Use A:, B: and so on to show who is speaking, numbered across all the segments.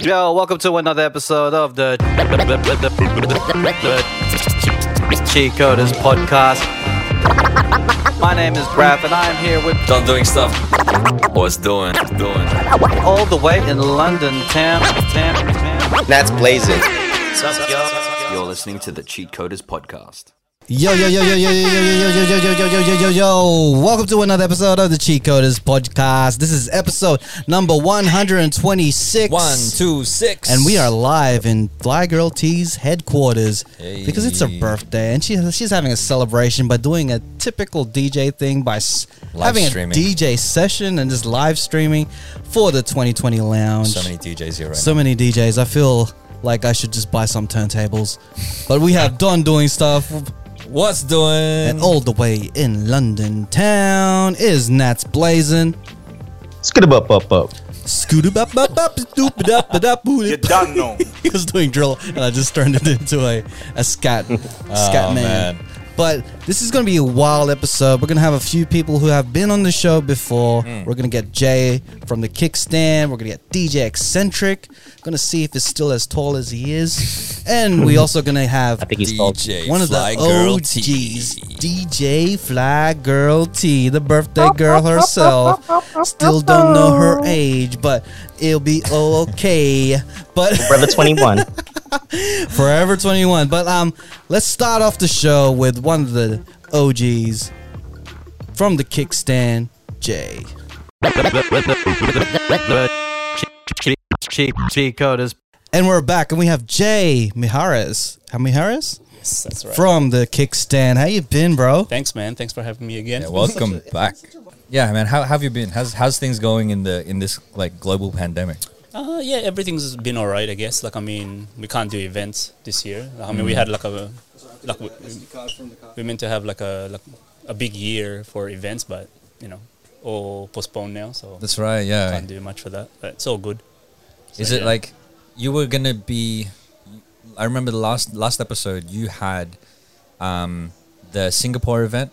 A: Yo, welcome to another episode of the Cheat Coders Podcast. My name is Braff, and I am here with
B: Done doing stuff. Or it's doing. Doing.
A: all the way in London town. town, town.
C: That's blazing.
B: You're listening to the Cheat Coders podcast.
D: Yo yo yo yo yo yo yo yo yo yo yo yo yo yo yo yo! Welcome to another episode of the Cheat Coders Podcast. This is episode number one hundred and twenty-six.
B: One, two, six.
D: and we are live in Fly Girl T's headquarters because it's her birthday, and she she's having a celebration by doing a typical DJ thing by s-
E: Live
D: having
E: streaming.
D: a DJ session and just live streaming for the twenty twenty lounge.
E: So many DJs here right
D: So many DJs. I feel like I should just buy some turntables, but we have Don doing stuff.
E: now. What's doing?
D: And all the way in London town is Nats blazing.
C: Skidab up up up.
D: Scooter bop bop bop stupid up but up
F: You done know.
D: He was doing drill and I just turned it into a, a scat
C: Oh,
D: scat man.
E: man.
D: But this is gonna be a wild episode. We're gonna have a few people who have been on the show before.
C: Mm.
D: We're gonna get Jay from the kickstand. We're gonna get DJ Eccentric. Gonna see if he's still as tall as he is. And we also gonna have
C: I think he's called.
E: DJ
D: one of the
E: Fly Girl
D: OGs, DJ Fly Girl T, the birthday girl herself. Still don't know her age, but it'll be okay. But
C: Brother 21.
D: forever 21. But um, let's start off the show with one of the OGs from the kickstand, Jay.
A: Cheat- Cheat Cheat Coders.
D: And we're back, and we have Jay Mijares. How Mijares?
G: Yes, that's right.
D: From the kickstand. How you been, bro?
G: Thanks, man. Thanks for having me again.
E: Yeah, welcome back. Yeah, man. How, how have you been? How's how's things going in the in this like global pandemic?
G: uh, yeah, everything's been all right, I guess. Like, I mean, we can't do events this year. I mean, we
E: Mm.
G: had like a like we, we meant to have like a like a big year for events, but you know, all postponed now, so
E: That's right. Yeah.
G: can't do much for that. But it's all good. So,
E: Is it
G: yeah.
E: like you were gonna be? I remember the last last episode you had um, the Singapore event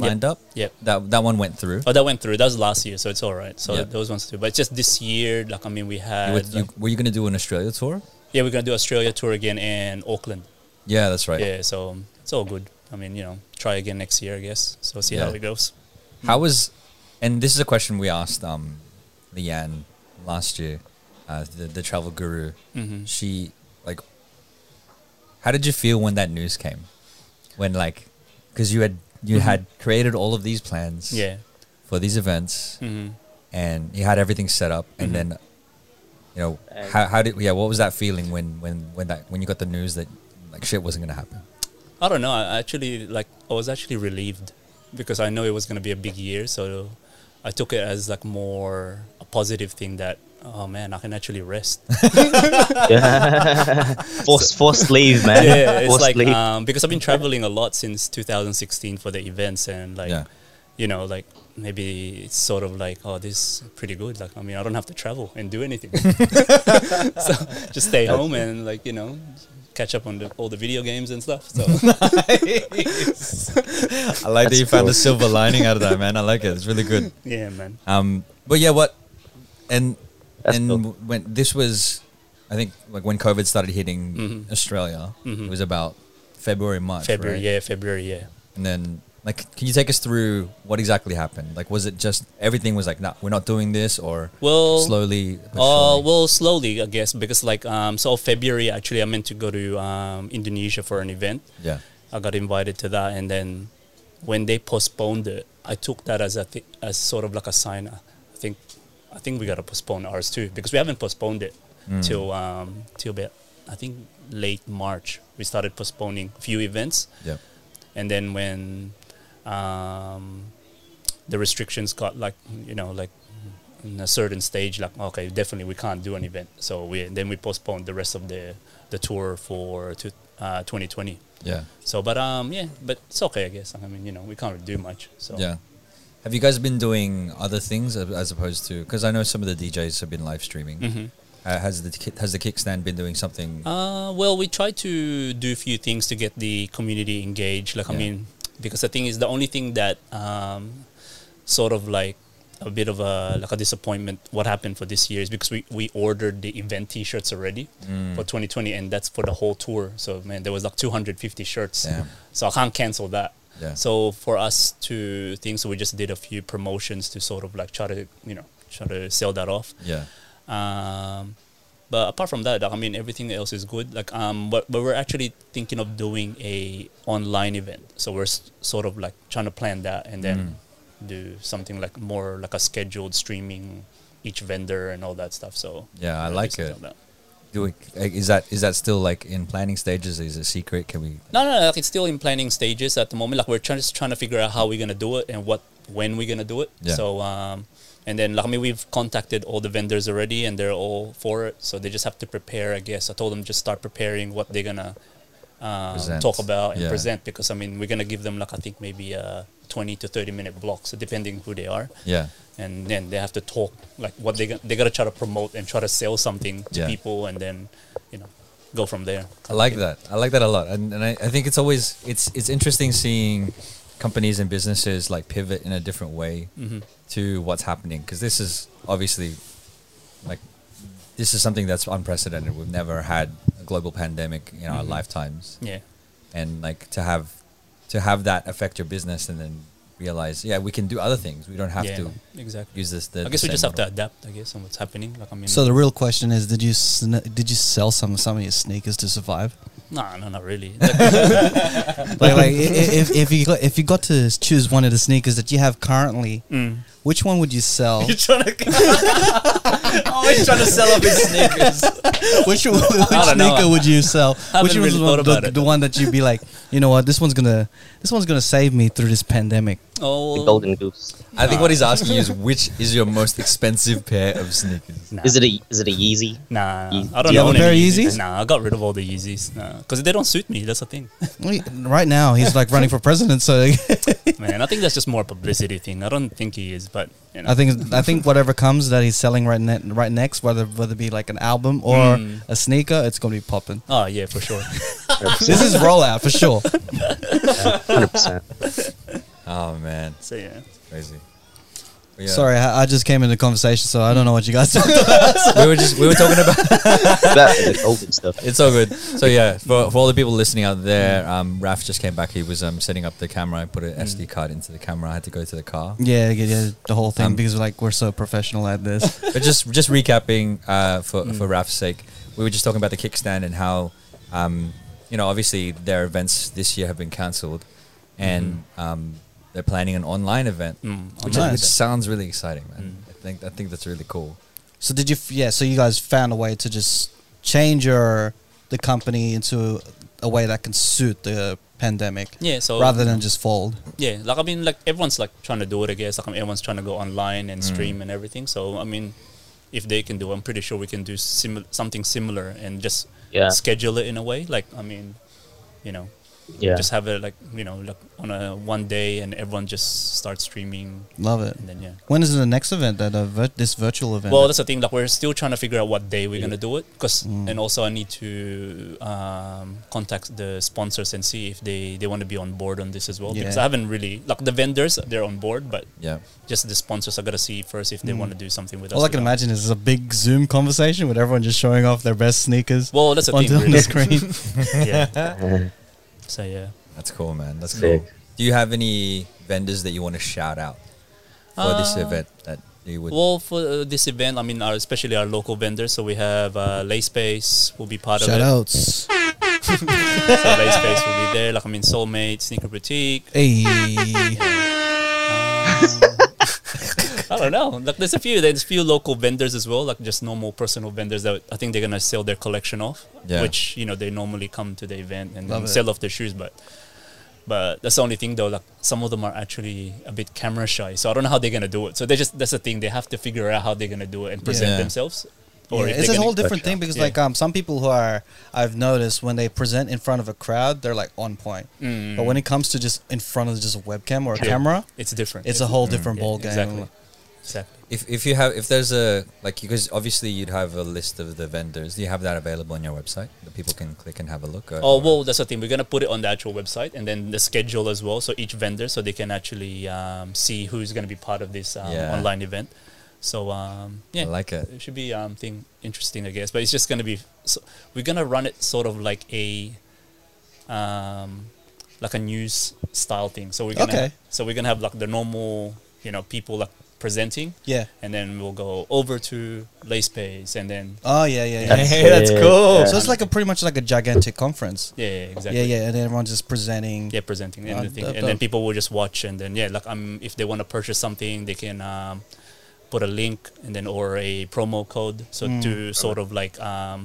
E: lined up.
G: Yep.
E: That that one went through.
G: Oh, that went through. That was last year, so it's all right. So
E: Yeah.
G: those ones too. But just this year, like I mean, we
E: You
G: had
E: were, you,
G: like-
E: were you gonna do an Australia tour?
G: yeah, we're gonna do Australia tour again and Auckland.
E: Yeah, that's right.
G: Yeah, so um, it's all good. I mean, you know, try again next year, I guess. So see how
E: Yeah.
G: it goes.
E: How was, and this is a question we asked um, Leanne last year, uh, the the travel guru.
G: Mm-hmm.
E: She like, how did you feel when that news came? When like, because you had you had created all of these plans,
G: Mm-hmm. Yeah.
E: for these events,
G: Mm-hmm.
E: and you had everything set up, and then, you know, how, how did yeah? What was that feeling when when when that when you got the news that like shit wasn't gonna happen?
G: I don't know. I actually like I was actually relieved because I know it was going to be a big year, so I took it as like more a positive thing that oh man, I can actually rest.
C: Forced forced leave, man.
G: yeah, it's
C: forced
G: like
C: leave.
G: um, because I've been traveling a lot since 2016 for the events and like
E: Yeah.
G: you know like maybe it's sort of like oh this is pretty good like I mean I don't have to travel and do anything so just stay home and like you know catch up on the, all the video games and stuff so
E: I like that you
C: cool.
E: found the silver lining out of that, man. I like it. It's really good.
G: yeah man
E: Um, but yeah, what and
C: That's
E: and
C: cool.
E: when this was, I think like when COVID started hitting Australia, it was about February, March,
G: Mm-hmm. February
E: right?
G: yeah February yeah
E: And then like, can you take us through what exactly happened? Like, was it just everything was like, nah, we're not doing this, or
G: Well,
E: slowly? but
G: Uh,
E: surely?
G: well, slowly, I guess, because like um, so February actually, I meant to go to um, Indonesia for an event.
E: yeah,
G: I got invited to that, and then when they postponed it, I took that as a th- as sort of like a sign. uh, I think I think we gotta postpone ours too because we haven't postponed it till um, till about I think late March. We started postponing a few events,
E: yeah,
G: and then when um, the restrictions got like you know like in a certain stage like okay definitely we can't do an event so we then we postponed the rest of the the tour for to, uh, 2020
E: yeah,
G: so but um yeah but it's okay i guess i mean you know we can't really do much so
E: yeah. Have you guys been doing other things as- as opposed to? Because I know some of the DJs have been live streaming. Uh, has the kick- has the kickstand been doing something?
G: Uh, well, we try to do a few things to get the community engaged. Like, I
E: Yeah.
G: mean, because the thing is, the only thing that um, sort of like a bit of a like a disappointment. What happened for this year is because we, we ordered the event T-shirts already
E: Mm.
G: for 2020, and that's for the whole tour. So man, there was like 250 shirts.
E: Damn.
G: So I can't cancel that.
E: Yeah.
G: So for us to think, so we just did a few promotions to sort of like try to you know try to sell that off.
E: Yeah.
G: Um, but apart from that, I mean, everything else is good. Like, um, but, but we're actually thinking of doing a online event. So we're s- sort of like trying to plan that and then
E: Mm.
G: do something like more like a scheduled streaming each vendor and all that stuff. So
E: Yeah, I
G: we're
E: like
G: just
E: it.
G: on that.
E: Do we, like, is that is that still like in planning stages? Is it secret? Can we?
G: No, no, no, like it's still in planning stages at the moment. Like we're trying, just trying to figure out how we're gonna do it and what, when we're gonna do it.
E: Yeah.
G: So, um, and then like I mean, we've contacted all the vendors already, and they're all for it. So they just have to prepare. I guess I told them just start preparing what they're gonna um,
E: Present.
G: talk about and
E: Yeah.
G: present because I mean we're gonna give them like I think maybe a twenty to thirty minute block, so depending who they are,
E: Yeah.
G: and then they have to talk like what they gon- they gotta try to promote and try to sell something to
E: Yeah.
G: people, and then you know go from there.
E: I like that. I like that a lot, and, and I, I think it's always it's it's interesting seeing companies and businesses like pivot in a different way
G: Mm-hmm.
E: to what's happening because this is obviously like this is something that's unprecedented. We've never had a global pandemic in our lifetimes,
G: Mm-hmm. Yeah,
E: and like to have to have that affect your business and then realize yeah we can do other things. We don't have
G: yeah,
E: to
G: exactly.
E: use this. The,
G: I guess we just have to adapt. I guess on what's happening. Like I mean,
D: So the real question is, did you sn- did you sell some some of your sneakers to survive?
G: no, no, not really.
D: Like, like i- i- if, if you got, if you got to choose one of the sneakers that you have currently, which one would you sell?
G: trying to always trying to sell off his sneakers.
D: which one- which
G: don't know.
D: sneaker would you sell?
G: Haven't
D: Which one's
G: really
D: one-
G: thought
D: the,
G: about it.
D: the one that you'd be like, you know what, this one's gonna this one's gonna save me through this pandemic.
C: The
G: Oh,
C: golden goose.
E: I think what he's asking is which is your most expensive pair of sneakers.
G: nah.
C: Is it a is it a Yeezy?
G: Nah,
C: Yeez- Do
G: I don't
C: you
G: know.
D: have a
G: any
D: pair of Yeezys?
G: Nah, I got rid of all the Yeezys. Nah, because they don't suit me. That's the thing,
D: We- Right now, he's like running for president, so
G: man. I think that's just more a publicity thing. I don't think he is, but you know,
D: I think I think whatever comes that he's selling right ne- right next, whether whether it be like an album or
G: Hmm.
D: a sneaker, it's gonna be popping.
G: Oh yeah, for sure.
D: This is rollout for sure.
C: Hundred percent.
E: Oh man,
G: so yeah,
E: crazy. But yeah.
D: Sorry, I, I just came into conversation, so I don't know what you guys.
E: we were just we were talking about
C: The golden stuff.
E: it's all good. So yeah, for, for all the people listening out there, um, Raf just came back. He was um, setting up the camera. I put an
D: Mm.
E: SD card into the camera. I had to go to the car.
D: yeah, yeah, yeah, the whole thing
E: Um,
D: because like we're so professional at this.
E: But just just recapping uh, for
D: Mm.
E: for Raf's sake, we were just talking about the kickstand and how, um, you know, obviously their events this year have been cancelled, and um, they're planning an online event,
G: Mm,
D: Mm-hmm.
E: which,
D: online
E: which
D: event. Mm.
E: sounds really exciting, man. I think I think that's really cool.
D: So did you? f- Yeah. So you guys found a way to just change your the company into a way that can suit the pandemic
G: yeah. So
D: rather than just fold.
G: yeah, like I mean, like everyone's like trying to do it. I guess like I mean, everyone's trying to go online
C: Mm.
G: and stream and everything. So I mean, if they can do, it, I'm pretty sure we can do simil- something similar and just
C: Yeah.
G: schedule it in a way. Like I mean, you know,
C: Yeah.
G: just have it like you know, like on a one day and everyone just starts streaming
D: Love it.
G: and then yeah.
D: When is the next event? That uh, vir- this virtual event?
G: Well, that's the thing. Like we're still trying to figure out what day we're gonna do it, because
C: Mm.
G: and also I need to um, contact the sponsors and see if they they want to be on board on this as well. Because I
D: Yeah.
G: haven't really like the vendors they're on board, but
E: Yeah.
G: just the sponsors I gotta see first if they want to do something with us.
D: all Hmm. I
G: or
D: can
G: not.
D: imagine is a big Zoom conversation with everyone just showing off their best sneakers
G: Well, that's the
D: on,
G: thing.
D: on the
G: really.
D: screen.
G: yeah. So yeah.
E: That's cool, man. That's
C: Sick.
E: cool. Do you have any vendors that you want to shout out for this event that you would?
G: Um, Well, for uh, this event, I mean, our, especially our local vendors. So we have uh, Layspace will be part
D: Shout
G: of
D: outs.
G: it. So Layspace will be there. Like I mean, Soulmate, Sneaker Boutique.
D: Hey.
G: I don't know. Like there's a few. There's a few local vendors as well. Like just normal personal vendors that I think they're gonna sell their collection off.
E: Yeah.
G: Which you know they normally come to the event and
D: Love it.
G: sell off their shoes, but. But that's the only thing though. Like some of them are actually a bit camera shy, so I don't know how they're gonna do it. So they just that's the thing. They have to figure out how they're gonna do it and present
E: Yeah.
G: themselves. if
D: Yeah, it's
G: they're
D: a
G: gonna-
D: whole different thing because
G: Yeah.
D: like um some people who are I've noticed when they present in front of a crowd they're like on point,
G: Mm.
D: but when it comes to just in front of just a webcam or a
G: Yeah.
D: camera, Mm-hmm.
G: It's different.
D: it's a whole different
G: yeah,
D: ball game.
G: Exactly. Exactly.
E: if if you have if there's a like because obviously you'd have a list of the vendors. Do you have that available on your website that people can click and have a look? Or,
G: Oh well, that's the thing. We're gonna put it on the actual website and then the schedule as well, so each vendor, so they can actually um, see who's gonna be part of this um,
E: Yeah.
G: online event. So um, yeah,
E: I like it.
G: It should be um, thing interesting, I guess. But it's just gonna be. So we're gonna run it sort of like a, um, like a news style thing. So we're gonna
D: Okay.
G: so we're gonna have like the normal, you know, people like presenting,
D: Yeah.
G: and then we'll go over to Layspace, and then
D: Oh yeah, yeah, yeah.
C: That's Hey, that's it. cool.
D: So it's like a pretty much like a gigantic conference.
G: yeah, yeah exactly.
D: Yeah, yeah, and everyone's just presenting.
G: yeah presenting
D: Ah,
G: and, the thing.
D: dope,
G: and then
D: dope.
G: people will just watch and then yeah like um, if they want to purchase something they can um, put a link and then or a promo code so to sort of like um,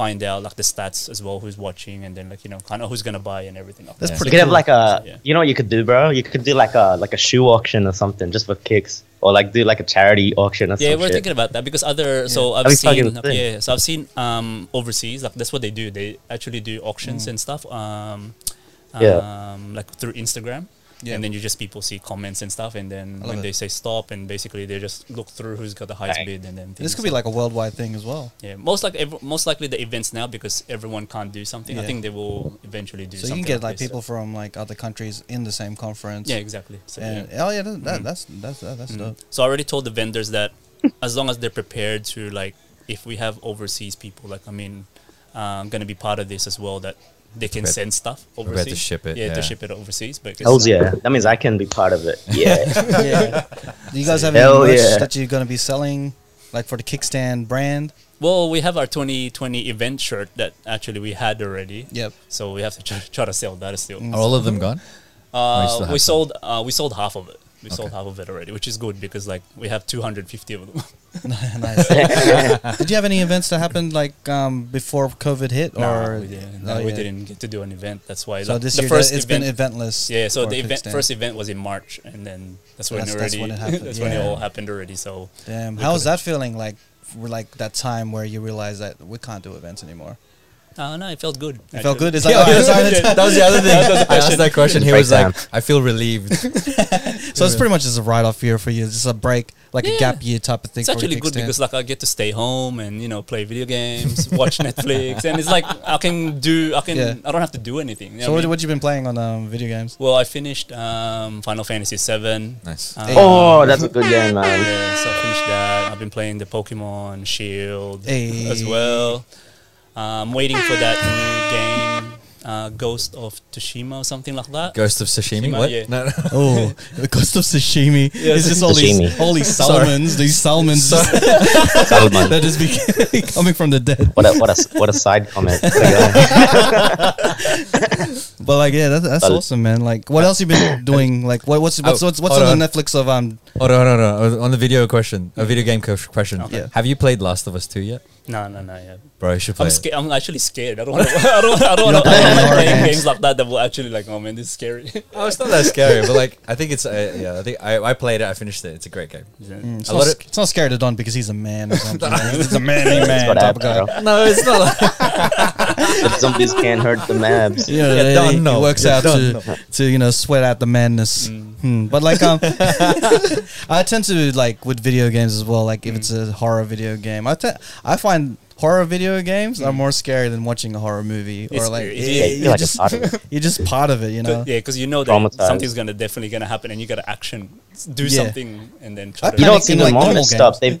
G: find out like the stats as well who's watching and then like you know kind of who's gonna buy and everything like
D: That's
G: that.
D: pretty
C: you could have
D: cool.
C: like a,
G: Yeah.
C: you know what you could do, bro? You could do like a like a shoe auction or something just for kicks, or like do like a charity auction or
G: yeah,
C: something.
G: we're thinking about that because other so I've
C: That'd be
G: seen
C: fucking
G: like,
C: insane.
G: yeah so I've seen um overseas like that's what they do they actually do auctions and stuff um,
C: Mm. Yeah.
G: um like through Instagram
D: Yeah.
G: and then you just people see comments and stuff and then
D: love
G: when
D: it.
G: they say stop and basically they just look through who's got the highest
C: Bang.
G: bid and then
D: This
G: things
D: could be like a worldwide thing as well.
G: yeah most like ev- most likely the events now because everyone can't do something I
D: Yeah.
G: think they will eventually do
D: So you
G: something
D: can get like
G: this.
D: people from like other countries in the same conference.
G: yeah exactly so, yeah. Mm-hmm.
D: And oh yeah, that, that, that's that's that, that's dope.
G: So I already told the vendors that as long as they're prepared to like, if we have overseas people, like I mean, uh, I'm gonna be part of this as well. That they can
E: Prepared-
G: send stuff
E: to
G: overseas.
E: ship it,
G: Yeah,
E: yeah.
G: to ship it overseas. But
C: Hells yeah, that means I can be part of it. Yeah,
D: Yeah. Do you guys have
C: Hell
D: any merch
C: yeah.
D: that you're gonna be selling, like for the kickstand brand?
G: Well, we have our 2020 event shirt that actually we had already.
D: Yep.
G: So we have to try, try to sell that still.
D: Mm.
E: Are all of them gone? Or you still
G: Uh,
E: have
G: we
E: some?
G: sold uh, we sold half of it. We sold
E: Okay.
G: half of it already, which is good because like we have 250 of them.
D: nice. Did you have any events that happened like um, before COVID hit? or
G: we, didn't,
D: Oh,
G: we
D: yeah.
G: didn't get to do an event. That's why
D: So
G: like,
D: this
G: the
D: year
G: first
D: it's
G: event,
D: been eventless.
G: Yeah, so
D: for
G: the event,
D: kickstand.
G: first event was in March, and then that's when
D: That's-
G: it already
D: that's
G: that's when
D: when it
G: it,
D: happened, yeah.
G: all happened already. So
D: Damn,
G: we
D: how was
G: could've-
D: that feeling? Like, we're like that time where you realize that we can't do events anymore.
G: uh, no, it felt good.
D: It felt good. It's like,
E: Yeah,
D: oh, it's-
E: yeah, that was the other thing. I asked that question. He was like,
C: Breakdown.
E: "I feel relieved."
D: so it's pretty much just a write-off year for you. It's just a break, like a
G: Yeah.
D: gap year type of thing.
G: It's
D: for a
G: actually good
D: kickstand.
G: because like I get to stay home and you know play video games, watch Netflix, and it's like I can do I can
D: Yeah.
G: I don't have to do anything. you know
D: So
G: what I mean?
D: what, what you been playing on um, video games?
G: well, I finished um, Final Fantasy VII.
E: Nice.
G: Um,
C: oh, that's a good game, man.
G: Yeah, so I finished that. I've been playing the Pokemon Shield
D: Hey.
G: as well. I'm waiting for that new game, uh, Ghost of Tsushima or something like that.
E: Ghost of Sashimi.
G: Sashimi,
E: What?
G: yeah.
E: No, no.
D: Oh, the cost of sashimi.
G: Yeah,
D: it's just all
C: sashimi.
D: these, all these salmons, these salmons
C: Salmon.
D: that just be coming from the dead.
C: What a what a what a side comment. What a guy.
D: But like, yeah, that's, that's
C: But-
D: awesome, man. Like, what else you been doing? Like, what, what's what's
E: Oh,
D: what's, what's on,
E: hold on.
D: the Netflix of um?
E: Hold on, hold on, hold on. On the video question, a video game co- question.
D: Okay. Yeah.
E: Have you played Last of Us Two yet,
G: No, no, no. Yeah.
E: bro? You should play.
G: I'm
E: it.
G: scared. I'm actually scared. I don't. Wanna, I don't. I don't. I don't, I don't
D: that
G: like
D: horror
G: playing
D: games.
G: games like that that will actually like. Oh man, this is scary.
E: Oh, it's not that scary, but like I think it's uh, yeah. I think I, I played it. I finished it. It's a great game.
D: Mm, It's
E: A
D: not,
E: lot
D: sc-
E: of-
D: it's not scared of Don because he's a man. Or something. he's a manly man
C: What
D: type of
C: happened,
D: guy.
C: bro?
E: No, it's not. Like,
C: The zombies can't hurt the mabs.
D: You know,
E: Yeah,
D: he-
E: Don,
D: he,
E: no.
D: works
E: Yeah,
D: out
E: Don,
D: to, to you know sweat out the madness.
C: Mm.
D: Hmm. But like, um, I tend to like with video games as well. Like if it's a horror video game, I te- I find horror video games are more scary than watching a horror movie or
G: It's-
D: like
G: it's-
D: you-
C: Mm. Yeah,
G: Yeah,
C: you feel
D: you're
C: like a
D: just
C: part of it.
D: you're just part of it, you know.
G: yeah, because you know that
C: Traumatized.
G: something's gonna definitely gonna happen, and you gotta action, do
D: Yeah.
G: something, and then try
D: I
G: to.
C: You don't
D: Panic
C: see
D: in,
C: the
D: like, normal
C: moment stuff. They've
D: games.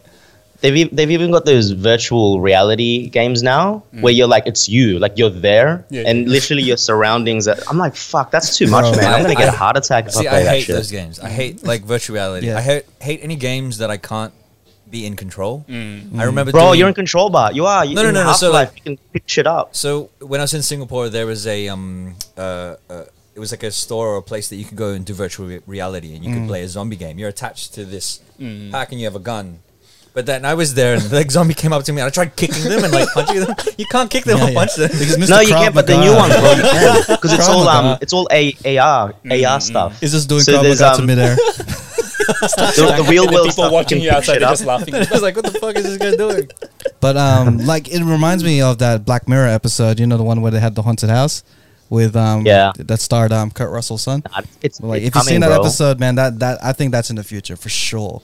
C: they've ev- they've even got those virtual reality games now where you're like it's you, like you're there,
G: Mm. Yeah.
C: and literally your surroundings. Are, I'm like, fuck, that's too much, man. I'm gonna get a heart attack if
E: see,
C: I play
E: I
C: that
E: hate
C: shit.
E: those games. I hate like virtual reality.
D: Yeah.
E: I hate, hate any games that I can't be in control.
D: Mm.
E: I remember,
C: Bro,
E: doing-
C: you're in control, bar. You are. You,
E: No, no,
C: in
E: no, no, so,
C: Half-Life,
E: like-
C: you can pick shit up.
E: So when I was in Singapore, there was a um uh, uh it was like a store or a place that you could go and do virtual re- reality, and you
D: Mm.
E: could play a zombie game. You're attached to this pack, and you have a gun. But then I was there, and like zombie came up to me, and I tried kicking them and like punching them. You can't kick them
D: Yeah,
E: or
D: yeah.
E: punch them.
D: Because Mr.
C: No, you
D: Krav
C: can't. But the new
D: Maga
C: ones, bro, you can because it's
D: Krav
C: all um,
D: Maga.
C: it's all a AR,
G: Mm,
C: AR stuff.
D: is just doing
C: So
D: Krav
C: there's,
D: Maga to
C: um,
D: midair.
C: the, the real
G: and the
C: world
G: people
C: stuff.
G: watching
C: you
G: you
C: can pick
G: outside
C: shit
G: are
C: up.
G: just laughing.
E: I was like, "What the fuck is this guy doing?"
D: But um, like it reminds me of that Black Mirror episode. You know the one where they had the haunted house with um,
C: Yeah.
D: that starred um Kurt Russell's son.
C: Nah, It's, it's
D: Like if you've
C: coming,
D: seen that
C: bro.
D: episode, man, that that I think that's in the future for sure.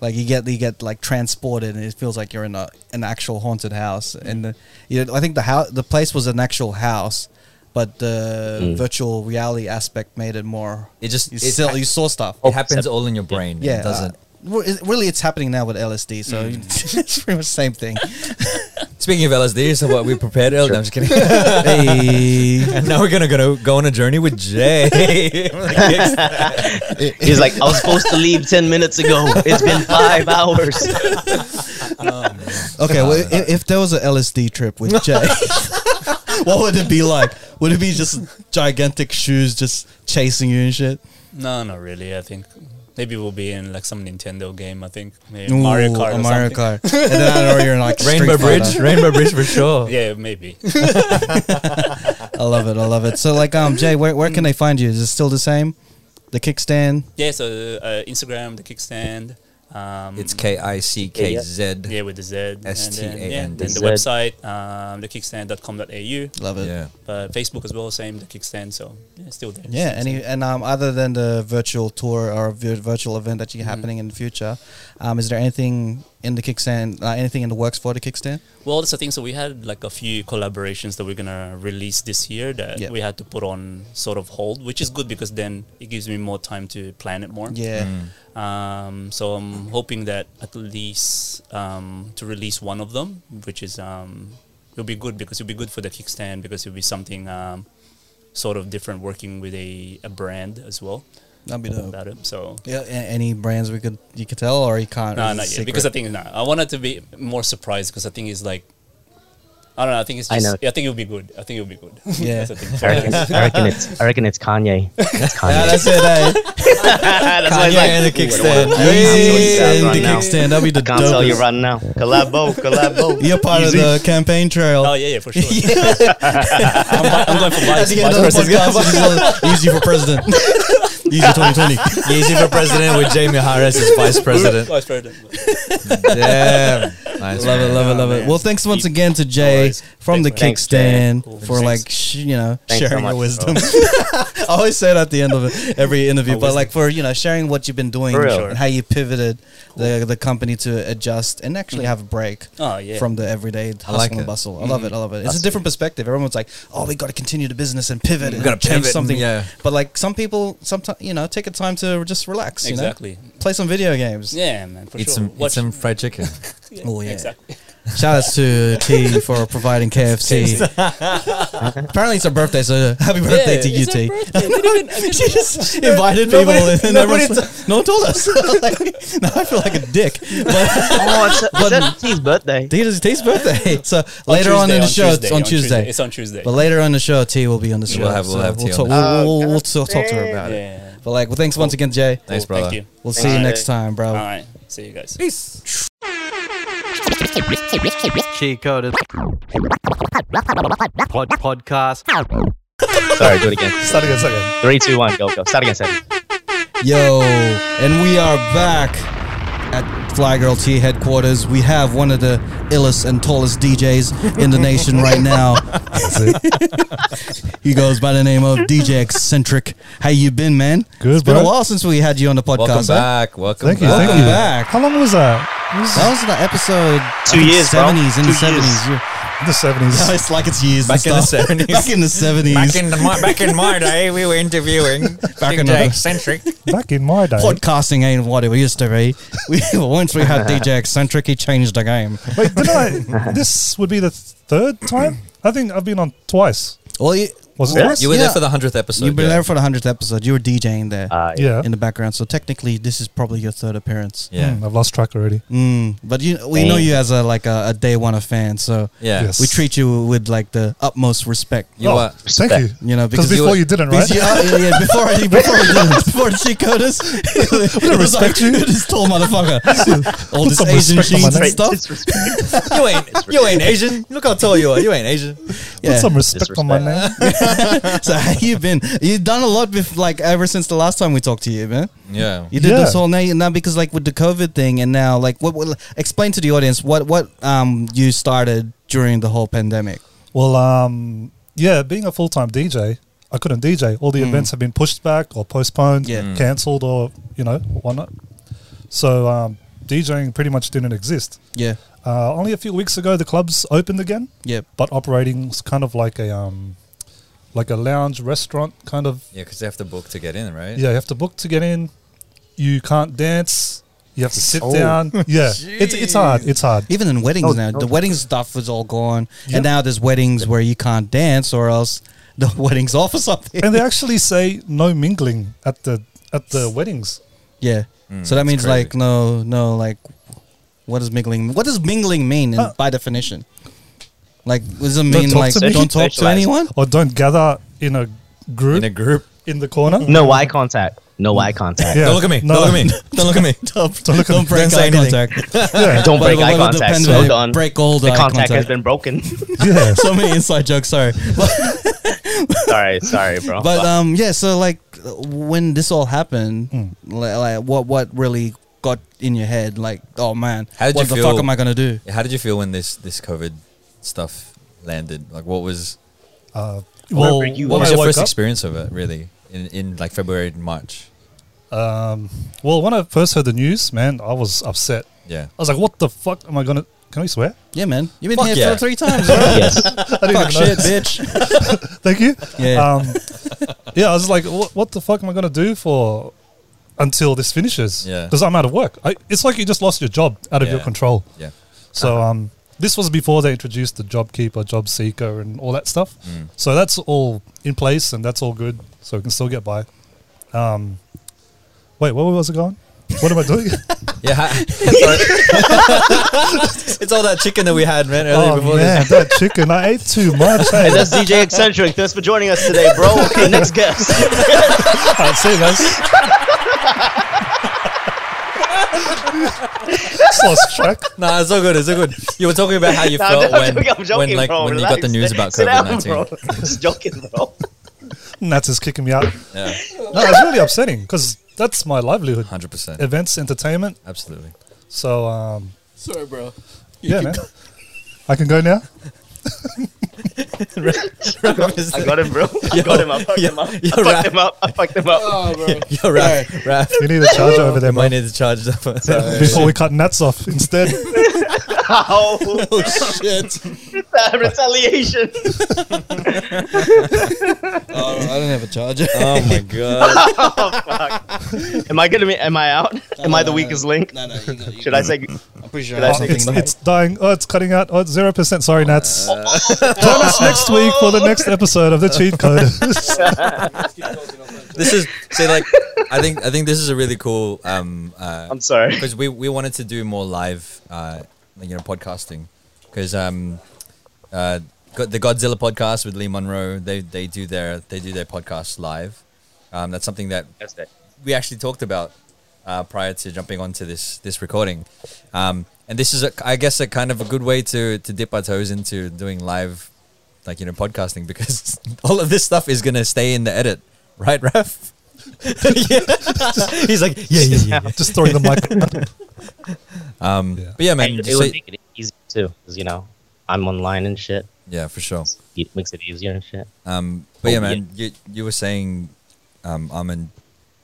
D: Like you get you get like transported, and it feels like you're in a, an actual haunted house. And the, you know, I think the house, the place was an actual house, but the
C: Mm.
D: virtual reality aspect made it more.
E: It just-
D: you,
E: it
D: still,
E: ha-
D: you saw stuff.
E: It happens all in your brain.
D: yeah,
E: it doesn't. Mm.
D: uh, well, it- really, it's happening now with LSD, so it's pretty much the same thing.
E: Speaking of LSD, so what we prepared earlier. No, I'm just kidding. And now we're gonna go go on a journey with Jay.
C: He's like, I was supposed to leave 10 minutes ago. It's been five hours.
D: Okay, well, if, if there was an LSD trip with Jay, what would it be like? Would it be just gigantic shoes just chasing you and shit?
G: No, not really. I think maybe we'll be in like some Nintendo game. I think maybe
D: Ooh,
G: Mario Kart.
D: a
G: Or
D: Mario
G: something.
D: Kart. And then I don't know you're in, like Street
E: Rainbow Bridge,
D: Fighter.
E: Rainbow Bridge for sure.
G: Yeah, maybe.
D: I love it. I love it. So like, um, Jay, where, where can they find you? Is it still the same? The kickstand.
G: yeah. So uh, Instagram, the kickstand. Um,
E: It's K I C K Z.
G: yeah with the Z. And then, yeah, then
E: S-T-A-N-D.
G: the
C: Z.
G: website, um, thekickstand.com.au.
D: Love it.
E: Yeah.
G: But Facebook as well, same the kickstand. So yeah, still there.
D: Yeah, and you- and um, other than the virtual tour or vir- virtual event that you're happening in the future, um, is there anything in the kickstand? Uh, anything in the works for the kickstand?
G: Well, that's the thing. So we had like a few collaborations that we're gonna release this year that
D: Yeah.
G: we had to put on sort of hold, which is good because then it gives me more time to plan it more.
D: Yeah.
G: Um, so I'm hoping that at least um, to release one of them, which is um, it'll be good because it'll be good for the kickstand because it'll be something um, sort of different, working with a, a brand as well.
D: That'd be dope.
G: About it. So
D: Yeah, a- any brands we could you could tell or you can't.
G: No,
D: It's
G: not
D: a
G: yet. Because I
D: secret.
G: think nah, I wanted to be more surprised because I think it's like. I don't know. I think it's
C: I
G: just. I,
C: know.
G: I think it'll be good. I think it'll be good.
D: Yeah.
G: That's the thing.
C: I reckon, I reckon it's, I reckon it's Kanye. It's
D: Yeah,
C: Kanye.
D: that's it. eh?
C: that's why
E: Kanye
C: it's like,
E: and the kickstand.
D: Yeezy
C: guys
D: and
C: right
D: the
C: now.
D: kickstand. That'll be the
C: I can't tell you
D: dopest.
C: right now. Collabo, collabo.
D: You're part of the campaign trail.
G: Oh yeah, yeah, for sure. I'm, I'm going for
D: At
G: vice,
D: the end
G: vice
D: of the
G: president.
D: podcast, it's just, uh, easy for president. Easy 2020.
E: Yeezy for president with Jamie Harris as vice president.
G: Vice president.
E: Damn. Nice.
D: Love it, love it, love it. Well, thanks once again to Jay
G: Always.
D: from the
C: Thanks,
G: Jay.
D: Kickstand
G: Cool.
D: for
G: Thanks.
D: like sh- you know
C: Thanks so
D: sharing your
C: much,
D: wisdom. I always say it at the end of every interview, but like for you know sharing what you've been doing
C: For real.
D: and how you pivoted the the company to adjust and actually have a break.
G: Oh yeah.
D: From the everyday hustle
E: like
D: and
E: it.
D: bustle, I love it. I love it. It's a different perspective. Everyone's like, "Oh, we got to continue the business and pivot and
E: gotta
D: change
E: pivot and-
D: something."
E: yeah.
D: But like some people, sometimes you know, take a time to just relax. you know?
G: Exactly.
D: Play some video games.
G: yeah, man. For
E: Eat
G: sure.
E: some, eat
G: Watch-
E: some fried chicken.
G: yeah,
D: Oh, yeah.
G: Exactly.
D: Shout outs to T for providing KFC. Apparently it's her birthday, so happy birthday to you,
G: it's her
D: T.
G: birthday. Not even- I didn't
D: She
G: know.
D: just invited people
E: Nobody-
D: and
E: nobody
D: everyone- no one told us. like, now I feel like a dick. But
C: Oh, it's, it's T's birthday.
D: T is T's birthday. So later on
G: Tuesday,
D: in the show, it's on, Tuesday.
G: It's on Tuesday.
D: But later on in the show, T will be on the show.
E: We'll have- we'll
D: so
E: have T
D: we'll
E: on
D: talk,
E: the
D: we'll, we'll, we'll talk talk to her about it.
G: yeah.
D: But like, well, thanks once again, Jay.
E: Thanks,
G: Cool,
E: brother.
G: Thank you.
D: We'll see
C: Thanks,
D: you
C: Jay.
D: next time, bro.
G: All right. See you guys.
A: Cheat coded pod, podcast.
C: Sorry, do it again. Start again, start again. Three, two, one, go, go. Start again, Sam.
D: Yo, and we are back at Fly Girl T headquarters. We have one of the illest and tallest DJs in the nation right now. he goes by the name of DJ Eccentric. How you been, man?
F: Good,
D: It's been a
F: bro.
D: while since we had you on the
E: Welcome
D: podcast. huh?
E: back. Welcome
F: Thank you.
E: back.
F: Thank
D: Welcome
F: you.
D: back.
F: How long was uh, that? It was
D: That was the episode I
C: Two
D: think,
C: years, bro.
D: 70s in the
C: Two
D: 70s. Yeah.
F: in the seventies.
D: It's like it's years.
E: Back in
D: and
E: the
D: stuff.
E: 70s.
D: Back in the 70s.
E: Back in, the, my- back in my day, we were interviewing
D: Back
E: back
D: in
E: in
D: the-
E: Jay Eccentric.
F: Back in my day.
D: Podcasting ain't what it used to be. We, once we had DJ Eccentric, he changed the game.
F: Wait, didn't I? This would be the third time. I think I've been on twice.
D: Well, you,
F: Was it
C: Yeah.
F: twice?
E: You were
D: Yeah.
E: there for the 100th episode.
D: You've been
E: yeah.
D: there for the hundredth episode. You were DJing there
C: Uh,
F: Yeah.
D: in the background, so technically this is probably your third appearance.
E: Yeah.
F: Hmm, I've lost track already.
D: Mm, but you, we know you as a like a, a day one of fan, so
E: Yeah.
F: Yes.
D: we treat you with like the utmost respect.
E: You
F: Oh,
E: are.
F: Thank you.
D: You know, because
F: Because before
D: were-
F: you didn't,
D: because
F: right?
D: you- oh, yeah, yeah, before I, before I did this, before the cheat coders, it was like,
F: respect you.
D: this tall motherfucker, all this
F: some
D: Asian
F: respect on my
D: jeans and
F: name.
D: stuff.
E: You ain't, you ain't Asian. Look how tall you are. You ain't Asian.
D: Yeah.
F: Put some respect on my name.
D: So how you been? You've done a lot, bef- like ever since the last time we talked to you, man.
E: Yeah.
D: You did
F: Yeah.
D: this whole now, now because like with the COVID thing, and now like what, what? Explain to the audience what what um you started during the whole pandemic.
F: Well, um, yeah, being a full time DJ, I couldn't DJ. All the events have been pushed back or postponed,
D: Mm. Yeah. Mm.
F: cancelled, or you know whatnot. So um, DJing pretty much didn't exist.
D: Yeah.
F: Uh, only a few weeks ago, the clubs opened again,
D: Yep.
F: but operating s- kind of like a um, like a lounge restaurant kind of.
E: Yeah, because they have to book to get in, right?
F: Yeah, you have to book to get in. You can't dance. You have to sit
C: Oh.
F: down. Yeah, it's it's hard. It's hard.
D: Even in weddings
F: Oh,
D: now, the
F: oh.
D: wedding stuff is all gone,
F: Yep.
D: and now there's weddings where you can't dance, or else the wedding's off or something.
F: And they actually say no mingling at the at the weddings.
D: yeah. so that
E: Mm, that's
D: means
E: crazy.
D: like no, no, like what does mingling? What does mingling mean in,
F: Uh,
D: by definition? Like, does it mean
F: talk
D: like
F: to me.
D: don't talk to
C: Socialize.
D: anyone?
F: or don't gather in a group
E: In a group.
F: in the corner.
C: No eye contact. No eye contact.
F: Yeah.
E: Don't look at me.
F: No.
E: Don't look at me. Don't look at me.
D: Don't,
F: look at
D: don't
F: me.
D: break
E: Don't say
D: eye
E: anything.
D: contact.
F: Yeah,
C: Don't
D: But
C: break
D: it
C: eye
D: will
C: contact.
D: depend
C: Slow
D: when you
C: down.
D: break all
C: the
D: eye
C: contact has
D: contact.
C: been broken.
F: yeah.
D: so many inside jokes. Sorry,
C: sorry, sorry, bro.
D: but um, yeah. So like, when this all happened,
C: Hmm.
D: li- like what what really got in your head? Like, oh man,
E: How did
D: what
E: you
D: the
E: feel-
D: fuck am I gonna do?
E: How did you feel when this this COVID stuff landed? Like, what was
F: Uh, well,
C: you
E: what
F: when
E: was
F: I
E: your
F: woke
E: first
F: up,
E: experience of it? Really, in in like February and March.
F: um, well, when I first heard the news, man, I was upset.
E: Yeah.
F: I was like, "What the fuck am I gonna? Can we swear?"
D: Yeah, man, you've been
E: Fuck
D: here
E: yeah.
D: for three times. bro.
C: yes.
F: I didn't
D: fuck
F: even know.
D: shit, bitch.
F: Thank you.
D: Yeah.
F: Um, yeah, I was like, what, "What the fuck am I gonna do for until this finishes?"
E: Yeah.
F: because I'm out of work. I, it's like you just lost your job out of your
E: Yeah.
F: control.
E: Yeah.
F: So um, this was before they introduced the job keeper, job seeker, and all that stuff. So that's all in place, and that's all good. So we can still get by. Um, wait, where was it going? What am I doing?
E: Yeah. ha- Sorry. it's all that chicken that we had, man, earlier
F: oh
E: before
F: man, that chicken! I ate too much. Hey,
C: And that's DJ Eccentric. Thanks for joining us today, bro. Okay, next guest.
F: I see guys. Just lost track.
E: this. Nah, it's all good. It's all good. You were talking about how you
C: Nah,
E: felt
C: I'm
E: when,
C: joking, I'm joking,
E: when, like,
C: bro.
E: when you
C: Relax.
E: got the news about
C: Sit down,
E: COVID 19.
C: bro. I'm just joking, bro.
F: Nats is kicking me out.
E: Yeah,
F: No, it's really upsetting because that's my livelihood.
E: 100%.
F: Events, entertainment.
E: Absolutely.
F: So um,
G: Sorry, bro.
F: yeah, man. I can go now.
C: I got him, bro. I got him. I fucked him up. I
E: yo,
C: fucked
E: rap.
C: him up. I fucked him
D: Oh.
C: up.
E: Yo, Raph, Raph,
F: We need a charger over there,
E: might
F: man.
E: need to charge that.
F: before we cut Nats off instead.
C: Ow.
D: Oh, shit.
C: That Oh, retaliation.
D: Oh, I don't have a charger.
E: Oh my god.
C: Am I gonna be? Am I out? Am I the weakest link?
D: no, no. You got, you
C: Should I say?
D: I'm pretty sure
C: should I
D: I'm
F: Oh, it's,
D: taking-
F: it's dying. Oh, it's cutting out. Oh, zero percent. Sorry, Nats. Join us next week for the next episode of the cheat code.
E: This is see like I think I think this is a really cool um uh
C: I'm sorry.
E: because we, we wanted to do more live, uh, like, you know, podcasting. Because um, uh, got the Godzilla podcast with Lee Monroe, they they do their they do their podcast live. Um, that's something that
C: That's it.
E: we actually talked about uh, prior to jumping onto this this recording. Um, and this is, a, I guess, a kind of a good way to to dip our toes into doing live, like you know, podcasting because all of this stuff is gonna stay in the edit, right, Raf? yeah. He's like, yeah, yeah, yeah.
F: Just throwing the mic.
E: Um,
F: Yeah.
E: But yeah, man,
C: And it
E: just
C: would
E: say-
C: make it easy too, 'cause, you know I'm online and shit.
E: yeah, for sure.
C: It makes it easier and shit.
E: Um, but
C: Oh,
E: yeah, man, You, you were saying, um, Armin,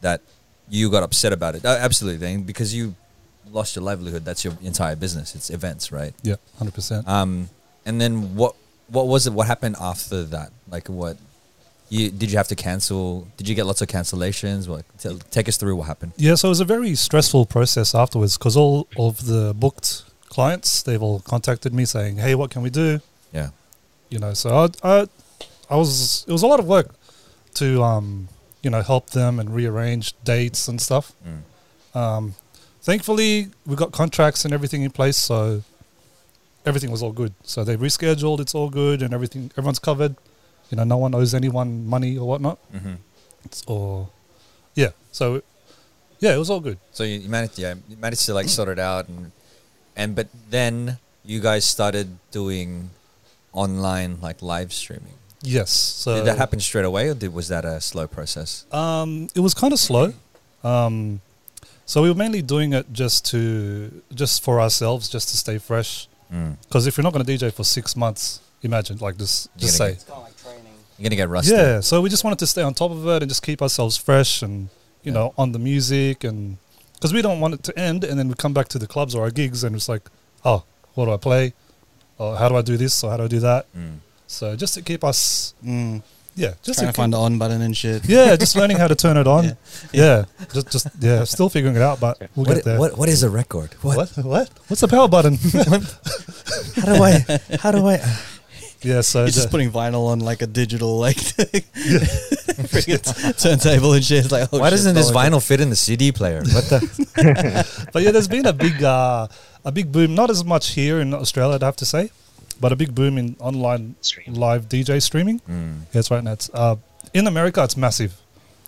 E: that you got upset about it. Uh, absolutely, then, because you lost your livelihood. That's your entire business. It's events, right?
F: Yeah, hundred percent.
E: Um, and then what? What was it? What happened after that? Like, what? You did you have to cancel? Did you get lots of cancellations? What? T- take us through what happened.
F: Yeah, so it was a very stressful process afterwards because all of the booked clients they've all contacted me saying, "Hey, what can we do?"
E: Yeah,
F: you know so I, I i was it was a lot of work to um you know help them and rearrange dates and stuff
E: Mm.
F: um thankfully we got contracts and everything in place so everything was all good so they rescheduled it's all good and everything everyone's covered you know no one owes anyone money or whatnot
E: Mhm.
F: it's all yeah so yeah it was all good
E: So you, you managed, yeah, you managed to like sort it out, and and but then you guys started doing online like live streaming.
F: yes so
E: Did that happen straight away, or did, was that a slow process?
F: Um, it was kind of slow. Um, so we were mainly doing it just to just for ourselves, just to stay fresh. Because if you're not going to DJ for six months, imagine like just
E: You're
F: just
E: gonna
F: say
E: You're gonna get rusty.
F: yeah. So we just wanted to stay on top of it and just keep ourselves fresh and you know on the music and because we don't want it to end and then we come back to the clubs or our gigs and it's like, oh, what do I play? Or how do I do this? Or how do I do that?
E: Mm.
F: So just to keep us, yeah, just
D: Mm. Trying to
F: to
D: find the on button and shit.
F: keep- yeah, just learning how to turn it on. Yeah, just just yeah, still figuring it out, but we'll get
E: What,
F: there.
E: what, what is a record? What,
F: What? What? What's the power button?
E: How do I? How do I?
F: yeah, so
D: He's just
F: the-
D: putting vinyl on like a digital like friggin' turntable and shit. It's like, oh,
E: Why
D: shit,
E: doesn't this
D: dollar.
E: vinyl fit in the CD player? What the?
F: but yeah, there's been a big uh, a big boom. Not as much here in Australia, I'd have to say, but a big boom in online
C: Stream.
F: live DJ streaming. Yes, right now it's uh, in America it's massive.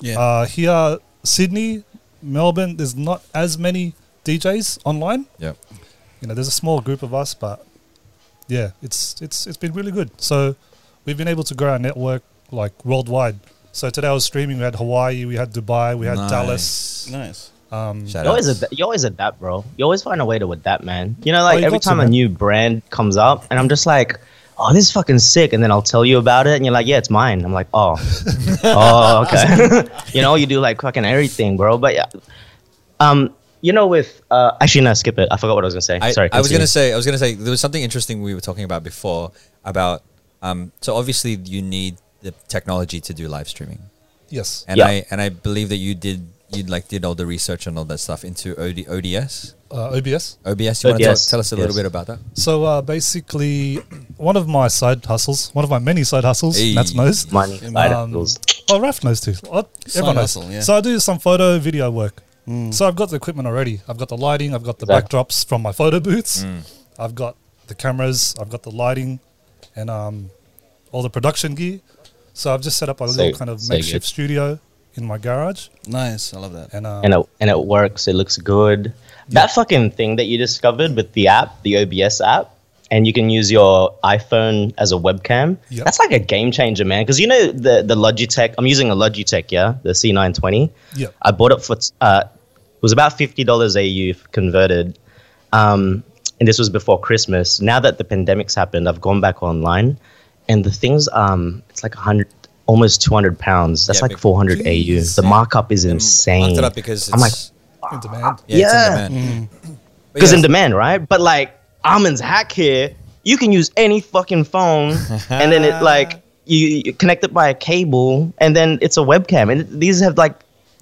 D: Yeah.
F: Uh, here, Sydney, Melbourne, there's not as many DJs online.
E: Yep.
F: You know, there's a small group of us, but yeah, it's it's it's been really good. So we've been able to grow our network like worldwide. So today I was streaming. We had Hawaii, we had Dubai, we had Dallas.
D: Nice.
F: Um,
E: Shout
C: You always,
E: outs.
C: adapt, you always adapt, bro. You always find a way to adapt, man. You know, like
F: Oh, you
C: every
F: got to,
C: time a
F: man.
C: new brand comes up, and I'm just like, oh, this is fucking sick. And then I'll tell you about it, and you're like, yeah, it's mine. I'm like, oh, oh, okay. you know, you do like fucking everything, bro. But yeah, um, you know, with uh, actually, no, skip it. I forgot what I was gonna say.
E: I,
C: Sorry,
E: I was
C: continue.
E: gonna say I was gonna say there was something interesting we were talking about before about um, so obviously you need the technology to do live streaming
F: yes.
E: and
C: Yeah.
E: I and I believe that you did you like did all the research and all that stuff into OD, ODS
F: Uh, OBS.
E: OBS. You want to tell,
C: ODS,
E: tell us a little
C: yes.
E: bit about that?
F: So uh, basically, one of my side hustles, one of my many side hustles,
E: Hey.
F: that's most.
C: money. side
F: Um,
C: hustles.
F: Oh, Raf knows too. Oh, everyone knows.
D: hustle, yeah.
F: So I do some photo, video work. So I've got the equipment already. I've got the lighting. I've got the
C: Exactly.
F: backdrops from my photo booths. I've got the cameras. I've got the lighting, and um, all the production gear. So I've just set up a little kind of
C: so
F: makeshift
C: good.
F: studio in my garage,
D: Nice. I love that.
F: and um,
C: and it and it works. It looks good. That fucking thing that you discovered with the app, the OBS app, and you can use your iPhone as a webcam.
F: Yep.
C: That's like a game changer, man. Because you know the the Logitech. I'm using a Logitech, yeah, the C920.
F: yeah,
C: I bought it for uh, it was about fifty dollars AU converted, um, and this was before Christmas. Now that the pandemic's happened, I've gone back online, and the things um, it's like hundred. Almost 200 pounds. That's
E: Yeah,
C: like
E: big-
C: 400 AU. The
E: Jeez.
C: markup is
E: I
C: insane.
E: looked it up because it's,
C: I'm like,
F: in demand.
E: yeah, it's
C: yeah.
E: in demand. But
C: because
E: yeah,
C: in demand, right? But like Almond's hack here, you can use any fucking phone, and then it like you, you connect it by a cable, and then it's a webcam, and these have like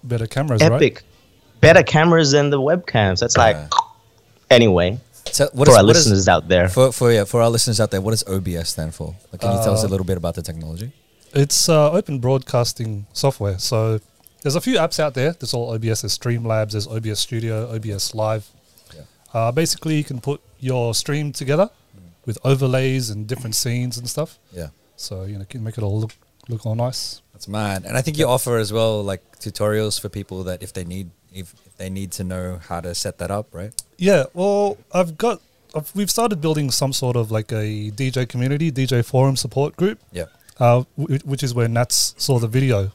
F: Better cameras,
C: epic,
F: right?
C: better cameras than the webcams. That's like,
E: Yeah.
C: anyway,
E: so what
C: for
E: is-
C: our
E: what is-
C: listeners out there,
E: for for yeah for our listeners out there, what does OBS stand for? Like, can you tell us a little bit about the technology?
F: It's uh, open broadcasting software. So there's a few apps out there. There's all OBS. There's Streamlabs. There's OBS Studio. OBS Live. Uh, basically, you can put your stream together with overlays and different scenes and stuff.
E: Yeah.
F: So you know, can make it all look look all nice.
E: That's mad, and I think you offer as well like tutorials for people that if they need if, if they need to know how to set that up, right?
F: Yeah. Well, I've got. I've, we've started building some sort of like a DJ community, DJ forum support group,
E: Yeah,
F: uh, w- which is where Nats saw the video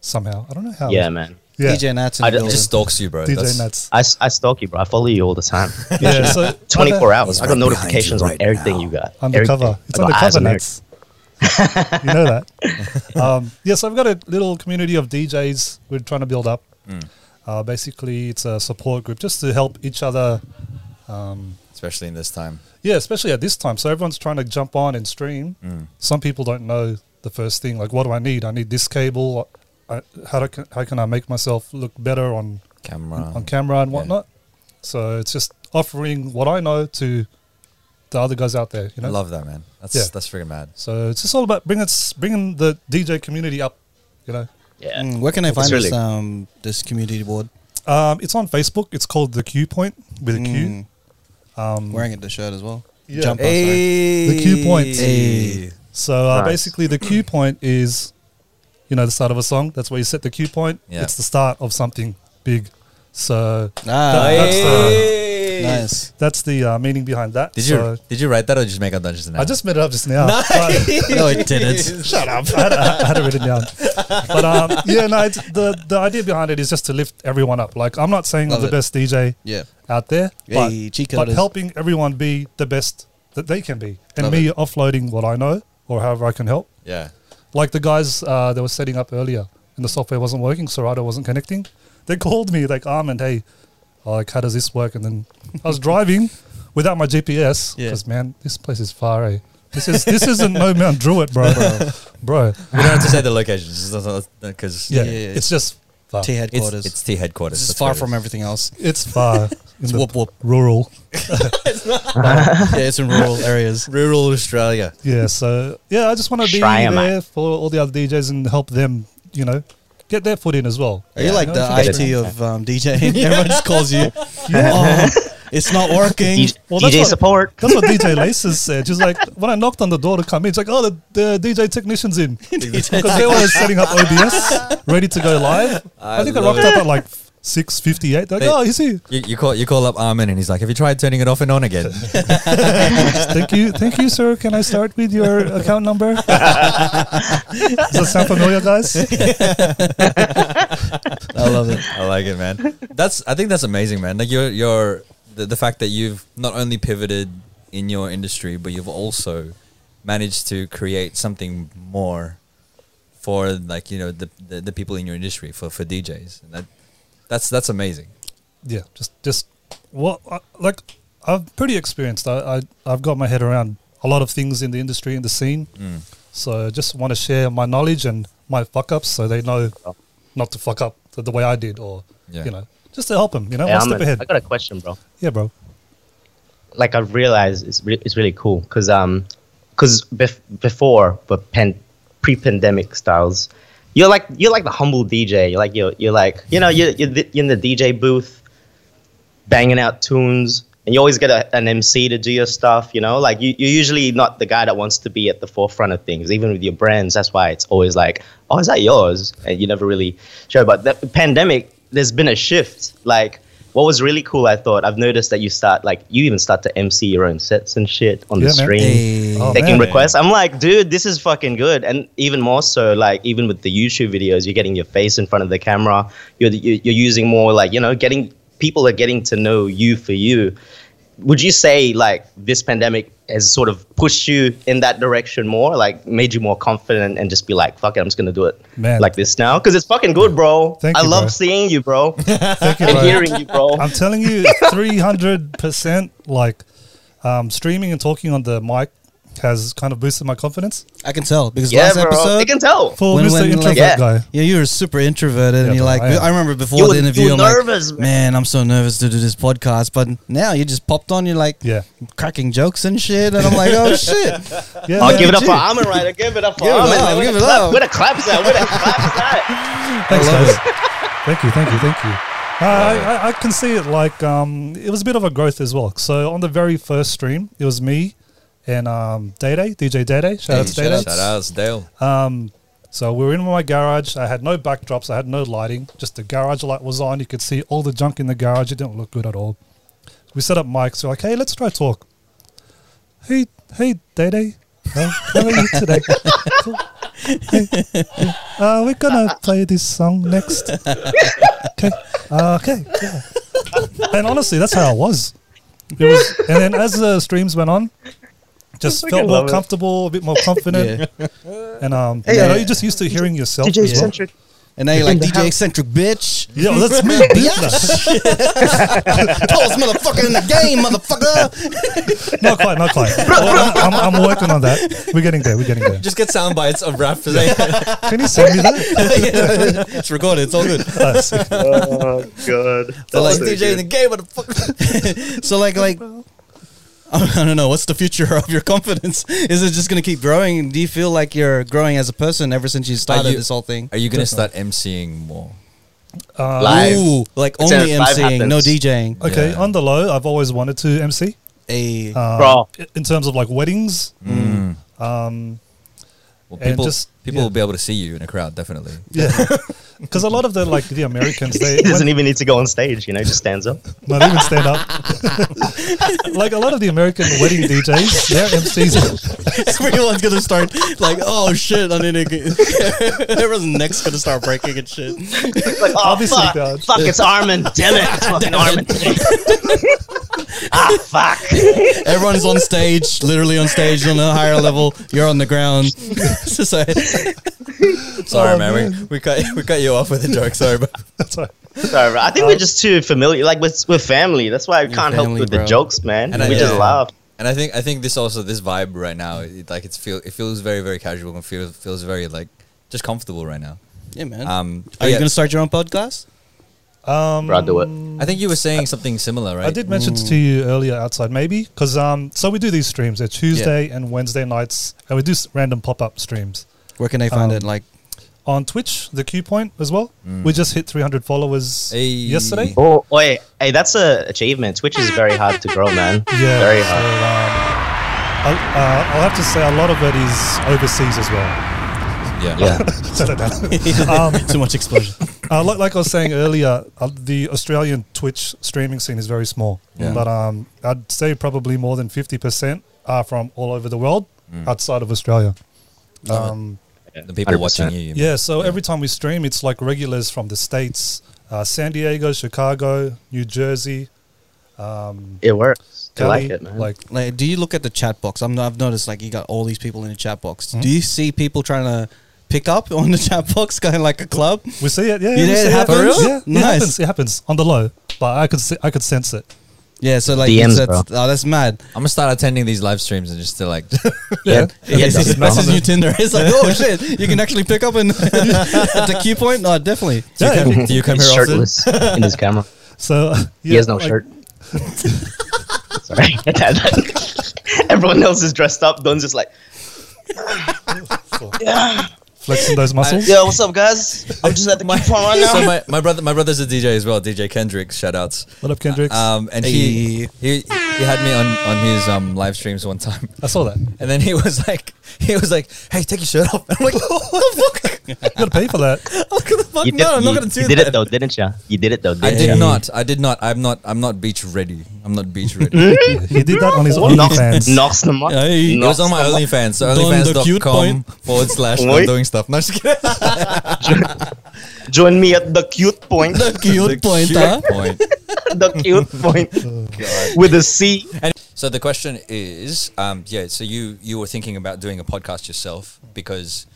F: somehow. I don't know how.
C: yeah, man.
F: Yeah.
D: DJ Nats
C: I
D: and
C: don't-
E: it
D: Bill.
E: just stalks you, bro.
F: DJ
E: That's-
F: Nats.
C: I, s- I stalk you, bro. I follow you all the time.
F: Yeah. So
C: 24 hours.
E: He's
C: I got
E: right behind
C: notifications
E: you
C: on
E: right
C: everything
E: now.
C: you got.
F: Undercover.
C: Everything.
F: It's
C: I got eyes on
F: undercover nuts. you know that. Um, yeah, so I've got a little community of DJs we're trying to build up. Uh, basically, it's a support group just to help each other.
E: especially in this time.
F: Yeah, especially at this time. So everyone's trying to jump on and stream. Some people don't know the first thing. Like, what do I need? I need this cable. I, how, do, I- how can I make myself look better on
E: Camera.
F: on camera and whatnot? So it's just offering what I know to the other guys out there. You
E: I
F: know,
E: love that, man. That's
F: Yeah. Oh,
E: that's freaking mad.
F: So it's just all about bringing us, bringing the DJ community up. You know,
C: Yeah.
D: Mm, where can I find
C: really-
D: this um this community board?
F: um, it's on Facebook. It's called the Q Point with a Q.
D: Mm. Wearing it the shirt as well.
F: Um, Yeah.
D: Jumper,
F: The Q Point.
D: Hey.
F: So uh,
C: Nice.
F: basically, the Q Point is, you know, the start of a song. That's where you set the Q Point.
E: Yeah.
F: It's the start of something big. So
D: sorry. Ah,
F: That- that's uh, the
D: nice.
F: that's the uh, meaning behind that.
E: Did you
F: So
E: did you write that or just make up that just now?
F: I just made it up just now.
D: No, it didn't.
F: Shut up. I had, I had it written down. But um, yeah, no, it's, the, the idea behind it is just to lift everyone up. Like, I'm not saying
D: Love
F: I'm the
D: it.
F: best DJ
D: Yeah.
F: out there, but,
D: Hey, Chico
F: but
D: does-
F: helping everyone be the best that they can be. And
D: Love
F: me offloading what I know or however I can help.
E: yeah.
F: Like the guys uh, that were setting up earlier and the software wasn't working, Serato wasn't connecting. They called me like, Armand, hey, like, how does this work? And then I was driving without my GPS
H: Yeah.
F: because, man, this place is far, eh? This, is, this isn't no Mount Druitt, bro. bro.
E: We don't have to say the locations because
F: Yeah,
D: yeah, yeah.
F: it's just far.
D: T
E: it's,
D: headquarters.
E: it's T headquarters.
D: this is
E: that's
D: far
E: what it
D: from everything else.
F: it's far.
D: It's
F: in the
D: whoop whoop.
F: rural.
D: yeah, it's in rural areas.
E: rural Australia.
F: Yeah, so yeah, I just want to be
C: Try 'em
F: there for all the other DJs and help them, you know, get their foot in as well.
D: Are you like
F: know,
D: the
F: if
C: forget
D: IT of um, DJing? Everyone just calls you. Oh, it's not working.
C: DJ,
F: Well, that's
C: DJ
F: what-
C: support.
F: That's what DJ Laces said. She's like, when I knocked on the door to come in, she's like, oh, the, the DJ technician's in. Because they were setting up OBS, ready to go live. I, think I rocked up at like 6.58. They're like,
E: They-
F: oh, he's here.
E: You, you call you call up Armin and he's like, "Have you tried turning it off and on again?"
F: Thank you, thank you, sir. Can I start with your account number? Does that sound familiar, guys?
E: I love it. I like it, man. That's I think that's amazing, man. Like your your the, the fact that you've not only pivoted in your industry, but you've also managed to create something more for like you know the the, the people in your industry for for DJs. And that that's that's amazing.
F: yeah, just just what I- like I'm pretty experienced. I, I I've got my head around a lot of things in the industry in the scene.
D: Mm.
F: So I just want to share my knowledge and my fuck ups, so they know
D: Oh.
F: not to fuck up the, the way I did, or
E: Yeah.
F: you know, just to help them. You know,
C: Hey,
F: one
C: I'm
F: step
C: a-
F: ahead.
C: I got a question, bro.
F: yeah, bro.
C: like I realized it's re- it's really cool because um because bef- before but pen- pre-pandemic styles you're like you're like the humble DJ you're like you're you're like you know you're you're, th- you're in the DJ booth banging out tunes and you always get a, an MC to do your stuff you know like you you're usually not the guy that wants to be at the forefront of things even with your brands that's why it's always like oh is that yours and you never really sure but the pandemic there's been a shift like what was really cool, I thought, I've noticed that you start like you even start to MC your own sets and shit on the
F: Yeah, man.
C: stream,
D: Hey.
F: Oh,
C: taking
F: man.
C: requests. I'm like, dude, this is fucking good. And even more so, like even with the YouTube videos, you're getting your face in front of the camera. You're you're you're using more like you know, getting people are getting to know you for you. Would you say like this pandemic has sort of pushed you in that direction more, like made you more confident and just be like, fuck it, I'm just gonna do it
F: Man.
C: like this now? Because it's fucking good, bro.
F: Thank
C: I
F: you,
C: love
F: bro.
C: seeing you, bro.
F: Thank you,
C: and
F: bro.
C: hearing you, bro.
F: I'm telling you, three hundred percent. Like um, streaming and talking on the mic has kind of boosted my confidence.
D: I can tell because
C: Yeah,
D: last
C: bro.
D: episode
C: they can tell.
F: For
D: When-
F: Mr.
D: when, like,
F: Introvert
C: yeah.
F: guy,
D: Yeah, you were super introverted,
F: Yeah,
D: and you're
F: bro,
D: like,
F: I am.
D: I remember before
C: You
D: the
C: were-
D: interview,
C: you were
D: I'm
C: nervous,
D: like,
C: man.
D: man, I'm so nervous to do this podcast. But now you just popped on, you're like,
F: Yeah.
D: cracking jokes and shit, and I'm like, oh shit,
F: yeah,
C: I'll
F: man.
C: give it up for Armin Ryder. Give it up for
D: Give it
C: Armin.
D: up,
C: man. Where
D: give
C: the
D: it
C: clap-
D: up.
C: Where the claps at? Where the claps at?
F: Thanks, guys. thank you, thank you, thank you. Uh, I, I, I can see it like um, it was a bit of a growth as well. So on the very first stream, it was me and um, Day Day, DJ Day Day. Shout out to Day
E: Shout
F: Day.
E: outs, Dale.
F: So we were in my garage. I had no backdrops. I had no lighting. Just the garage light was on. You could see all the junk in the garage. It didn't look good at all. We set up mics. We're like, hey, let's try talk. Hey, hey, Day Day. How, how are you today? Cool. Hey, hey, uh, we're gonna play this song next. Okay. Uh, okay. yeah. And honestly, that's how I was. It was. And then as the streams went on, just
C: I
F: felt
C: fucking
F: more
C: love it.
F: comfortable, a bit more confident, and um, you know,
D: yeah.
F: you're just used to hearing yourself. as well.
D: and now you're like
C: In the
D: DJ
C: house.
D: eccentric bitch.
F: Yeah, well, that's me. bitch.
D: Tallest motherfucker in the game, motherfucker.
F: No, not quite, not quite. Well, I'm, I'm- I'm working on that. We're getting there. We're getting there.
E: Just get sound bites of rap. It's
F: Can you send me that?
E: recorded. It's all good.
C: Oh god.
D: So like
E: DJ in the game, motherfucker.
D: So like like I don't know. What's the future of your confidence? Is it just gonna keep growing? Do you feel like you're growing as a person ever since you started
E: you-
D: this whole thing?
E: Are you gonna start emceeing more?
C: Live.
D: Uh, Ooh, like
C: It's
D: only
C: a live
D: MCing, no
C: happens.
D: DJing.
F: Okay,
E: Yeah.
F: on the low, I've always wanted to MC.
D: A
F: Um,
C: Bro.
F: In terms of like weddings,
C: Mm.
E: Well,
F: And
E: people
F: just-
E: people
F: yeah.
E: will be able to see you in a crowd, definitely.
F: yeah, because a lot of the like the Americans they
C: He doesn't
F: when-
C: even need to go on stage, you know, he just stands up.
F: not even stand up. like a lot of the American wedding DJs, they're MCs.
D: Everyone's gonna start like, oh shit, I need to. Get, everyone's neck's gonna start breaking and shit.
C: It's like, oh,
F: Obviously,
C: fuck,
F: God.
C: fuck, it's Armin. Damn it, it's fucking Armin today. ah, fuck.
D: Everyone's on stage, literally on stage on a higher level. You're on the ground. It's just like-
F: Oh,
E: Sorry, man. We, we cut we cut you off with a joke. Sorry, but
F: That's right.
C: Sorry, bro. I think we're just too familiar, like with with family. That's why I can't help
D: Uh, family,
C: with
D: bro.
C: the jokes, man.
E: And I-
C: we just
E: yeah.
C: laugh.
E: And I think I think this also this vibe right now, it, like it's feel it feels very very casual and feels feels very like just comfortable right now.
D: Yeah, man.
E: Um, but
D: Are you
E: yeah,
D: gonna start your own podcast?
F: Um,
C: Bro, I do it.
E: I think you were saying something similar, right?
F: I did mention to you
C: Mm.
F: earlier outside, maybe because um, so we do these streams. They're Tuesday and Wednesday nights, and we do s- random pop up streams
D: Where can they find
F: Um,
D: it? Like,
F: on Twitch. The Q point as well.
D: Mm.
F: We just hit 300 followers
E: Hey.
F: yesterday.
C: Oh, wait. Hey, that's a achievement. Twitch is very hard to grow, man.
F: Yeah,
C: Very
F: so,
C: hard.
F: um, I, uh, I'll have to say a lot of it is overseas as well.
E: Yeah.
C: Yeah.
F: Um,
D: too much exposure.
F: uh, like, like I was saying earlier, uh, the Australian Twitch streaming scene is very small,
E: Yeah.
F: but um, I'd say probably more than fifty percent are from all over the world
D: Mm.
F: outside of Australia. Um,
E: The people
C: 100%.
E: watching you. you mean.
F: yeah, so every time we stream, it's like regulars from the states, uh, San Diego, Chicago, New Jersey.
C: It works. I
F: Cali,
C: like it, man.
F: Like,
D: like, do you look at the chat box? I'm, I've noticed like you got all these people in the chat box. Do you see people trying to pick up on the chat box, kind of like a club?
F: we see it, yeah.
D: You
F: we
D: know it
F: see
D: happens?
F: Yeah,
D: For real?
F: it
D: Nice.
F: happens. It happens on the low, but I could see, I could sense it.
D: Yeah, so like,
C: DMs,
D: it's- that's, oh, that's mad.
E: I'm gonna start attending these live streams and just to like,
C: yeah.
D: Yeah,
C: Yeah,
D: this is,
C: that's-
D: this is new Tinder. It's like, oh shit, you can actually pick up and at the key point. No, definitely.
F: Yeah,
E: do you come, do you come
C: He's
E: here often?
C: shirtless in his camera.
F: So yeah,
C: He has no
F: like-
C: shirt. Sorry. Everyone else is dressed up. Don's just like,
F: flexing those muscles.
C: yo, what's up, guys? I'm just at the my, right now.
E: So my, my brother my brother's a DJ as well, DJ Kendrick. Shout outs.
F: What up, Kendricks?
C: Uh,
E: Um, and he, he he had me on on his um live streams one time.
F: I saw that.
E: And then he was like, he was like, "Hey, take your shirt off." And I'm like, "What the fuck?
F: You gotta pay for that.
E: What the fuck?
C: You did,
E: no, I'm
C: you,
E: not gonna do
C: you
E: that."
C: did it though, didn't you? You did it though,
E: I
C: didn't
E: did
C: you?
E: not. I did not. I'm not. I'm not beach ready. I'm not beach ready.
F: He did that on his
C: What? Knocks,
F: OnlyFans.
C: knocks them up.
D: Hey, it
E: it was on my
C: them up.
E: OnlyFans. So
D: Don the cute
E: OnlyFans.com
D: point.
E: forward slash
C: Oi.
E: I'm doing stuff. No, I'm just kidding.
C: Join me at the cute point.
D: The cute point, huh?
E: point.
C: the cute point.
E: Oh,
C: With a C.
E: So the question is, um, yeah. So you you were thinking about doing a podcast yourself because